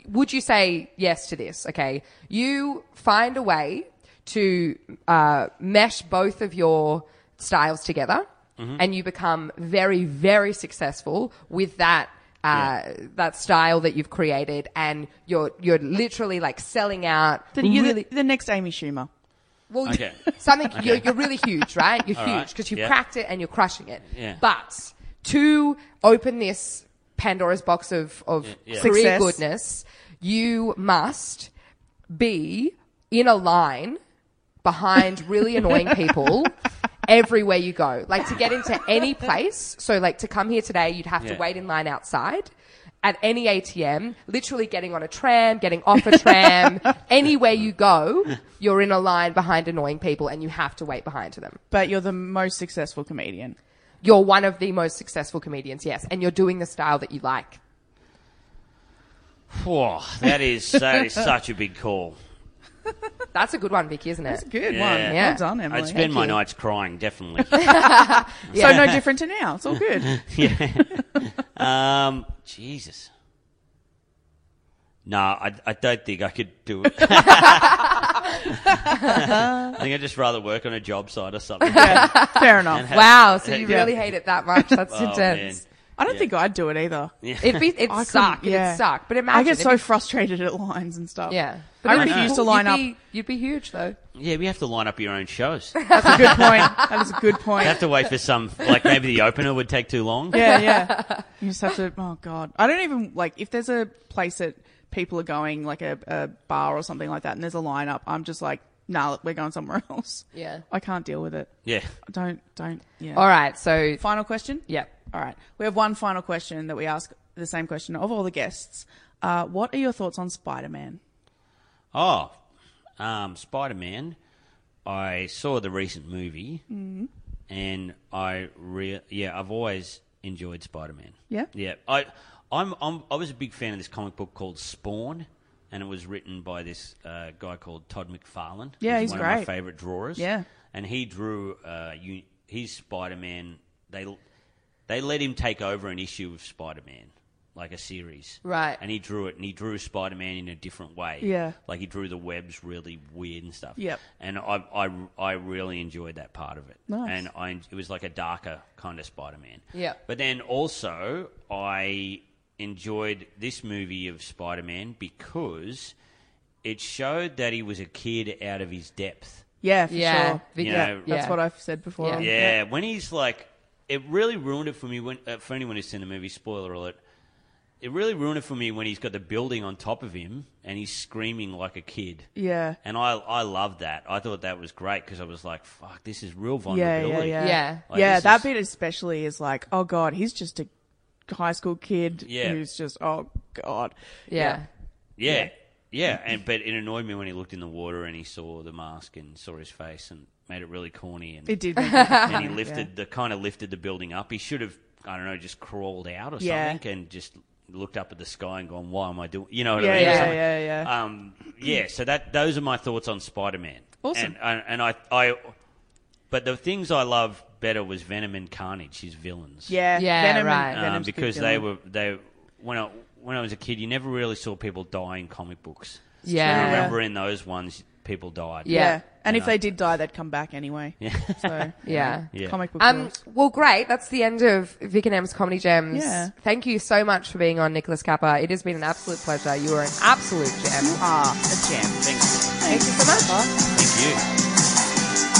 Speaker 3: Would you say yes to this? Okay, you find a way to uh, mesh both of your styles together,
Speaker 4: Mm-hmm.
Speaker 3: and you become very, very successful with that. Uh, That style that you've created, and you're you're literally like selling out.
Speaker 1: Then you're
Speaker 3: really-
Speaker 1: the, the next Amy Schumer.
Speaker 3: well,
Speaker 4: Okay.
Speaker 3: *laughs* something you're, you're really huge, right? You're
Speaker 4: All
Speaker 3: huge
Speaker 4: right,
Speaker 3: because you've
Speaker 4: yeah.
Speaker 3: cracked it and you're crushing it.
Speaker 4: Yeah.
Speaker 3: But to open this Pandora's box of of
Speaker 4: yeah.
Speaker 3: career
Speaker 1: Success.
Speaker 3: goodness, you must be in a line behind really annoying people everywhere you go. Like to get into any place. So like to come here today, you'd have to
Speaker 4: Yeah.
Speaker 3: wait in line outside at any ATM, literally getting on a tram, getting off a
Speaker 4: *laughs*
Speaker 3: tram, anywhere you go, you're in a line behind annoying people and you have to wait behind them.
Speaker 1: But you're the most successful comedian.
Speaker 3: You're one of the most successful comedians, yes, and you're doing the style that you like.
Speaker 4: Whoa, that is that is such a big call.
Speaker 3: That's a good one, Vicky, isn't it?
Speaker 1: Good
Speaker 4: Yeah.
Speaker 1: one.
Speaker 3: Yeah.
Speaker 1: Well done, Emily.
Speaker 4: I'd spend my nights crying, definitely.
Speaker 1: *laughs* So
Speaker 3: *laughs*
Speaker 1: no different to now. It's all good.
Speaker 4: yeah. Um, Jesus. No, I, I don't think I could do it. *laughs* I think I'd just rather work on a job site
Speaker 1: *laughs*
Speaker 4: or something.
Speaker 1: Fair enough.
Speaker 3: Wow, so you
Speaker 4: Yeah.
Speaker 3: really hate it that much. That's
Speaker 4: Oh, *laughs*
Speaker 3: intense.
Speaker 1: I don't think I'd do it either.
Speaker 3: It'd be, it'd
Speaker 1: I
Speaker 3: suck.
Speaker 1: couldn't-
Speaker 3: It'd suck. But imagine.
Speaker 1: I get
Speaker 3: it'd
Speaker 1: so
Speaker 3: be
Speaker 1: frustrated at lines and stuff.
Speaker 3: Yeah.
Speaker 1: I refuse to line
Speaker 3: you'd
Speaker 1: up.
Speaker 3: Be, you'd be huge though.
Speaker 4: man. Yeah, we have to line up your own shows. You
Speaker 1: That's a
Speaker 3: *laughs*
Speaker 1: good point. That is a good point.
Speaker 4: have to wait for some, like maybe the opener would take too long.
Speaker 1: yeah, yeah. You just have to. Oh god, I don't even like if there's a place that people are going, like a, a bar or something like that, and there's a lineup. I'm just like, nah, we're going somewhere *laughs* else.
Speaker 3: Yeah.
Speaker 1: I can't deal with it.
Speaker 4: Yeah.
Speaker 1: Don't, don't. Yeah.
Speaker 3: All right. So
Speaker 1: Final question.
Speaker 3: yeah.
Speaker 1: All right. We have one final question that we ask the same question of all the guests. Uh, what are your thoughts on Spider-Man?
Speaker 4: Oh, um, Spider Man. I saw the recent movie, and I re- yeah, I've always enjoyed Spider Man.
Speaker 1: Yeah?
Speaker 4: yeah. I I'm, I'm I was a big fan of this comic book called Spawn, and it was written by this uh, guy called Todd McFarlane.
Speaker 1: Yeah, he's
Speaker 4: one
Speaker 1: great.
Speaker 4: of my favorite drawers.
Speaker 1: Yeah.
Speaker 4: and he drew uh, you, his Spider Man. They they let him take over an issue of Spider Man, like a series.
Speaker 3: Right.
Speaker 4: and he drew it, and he drew Spider Man in a different way.
Speaker 1: Yeah.
Speaker 4: Like he drew the webs really weird and stuff.
Speaker 1: Yep.
Speaker 4: And I, I, I really enjoyed that part of it.
Speaker 1: Nice.
Speaker 4: And I, it was like a darker kind of Spider Man.
Speaker 3: Yep.
Speaker 4: But then also, I enjoyed this movie of Spider Man because it showed that he was a kid out of his depth.
Speaker 1: Yeah, for
Speaker 3: Yeah.
Speaker 1: sure.
Speaker 3: Vicky,
Speaker 4: Yeah.
Speaker 1: That's what I've said before.
Speaker 3: Yeah.
Speaker 1: on-
Speaker 4: Yeah, when he's like, it really ruined it for me when uh, for anyone who's seen the movie. Spoiler alert! It really ruined it for me when he's got the building on top of him and he's screaming like a kid.
Speaker 1: Yeah.
Speaker 4: and I I loved that. I thought that was great because I was like, fuck, this is real
Speaker 1: Yeah, yeah,
Speaker 4: vulnerability.
Speaker 1: yeah.
Speaker 3: Yeah.
Speaker 4: Like,
Speaker 1: yeah,
Speaker 4: this
Speaker 1: that
Speaker 4: is-
Speaker 1: bit especially is like, oh god, he's just a high school kid
Speaker 4: Yeah.
Speaker 1: who's just, oh god.
Speaker 3: Yeah.
Speaker 4: Yeah. Yeah. And but it annoyed me when he looked in the water and he saw the mask and saw his face and made it really corny and
Speaker 1: It did.
Speaker 3: *laughs*
Speaker 1: make me- *laughs*
Speaker 4: and he lifted the kind of lifted the building up. He should have I don't know just crawled out or
Speaker 1: Yeah.
Speaker 4: something and just looked up at the sky and gone, "Why am I doing?" You know what
Speaker 1: Yeah,
Speaker 4: I mean? or
Speaker 1: yeah,
Speaker 4: something.
Speaker 1: yeah, yeah.
Speaker 4: Um, yeah. So that those are my thoughts on Spider Man.
Speaker 1: Awesome.
Speaker 4: And, and I I but the things I love better was Venom and Carnage, his villains.
Speaker 1: yeah,
Speaker 3: Yeah,
Speaker 1: Venom and-
Speaker 3: right.
Speaker 4: Um,
Speaker 1: Venom's a good
Speaker 4: because they
Speaker 1: villain.
Speaker 4: were they when I when I was a kid, you never really saw people die in comic books. I
Speaker 3: Yeah.
Speaker 4: remember in those ones, people died.
Speaker 3: Yeah.
Speaker 1: And if they did die, they'd come back anyway. Yeah. So,
Speaker 3: Yeah.
Speaker 4: Yeah.
Speaker 1: comic book
Speaker 3: Um,
Speaker 1: rules.
Speaker 3: well, great. That's the end of Vic and M's Comedy Gems.
Speaker 1: Yeah.
Speaker 3: Thank you so much for being on, Nicholas Kappa. It has been an absolute pleasure. You are an absolute gem.
Speaker 1: Ah, a gem.
Speaker 4: Thanks.
Speaker 3: Thank you so much.
Speaker 4: Thank you.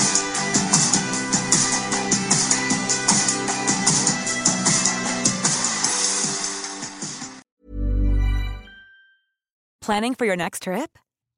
Speaker 6: Planning for your next trip?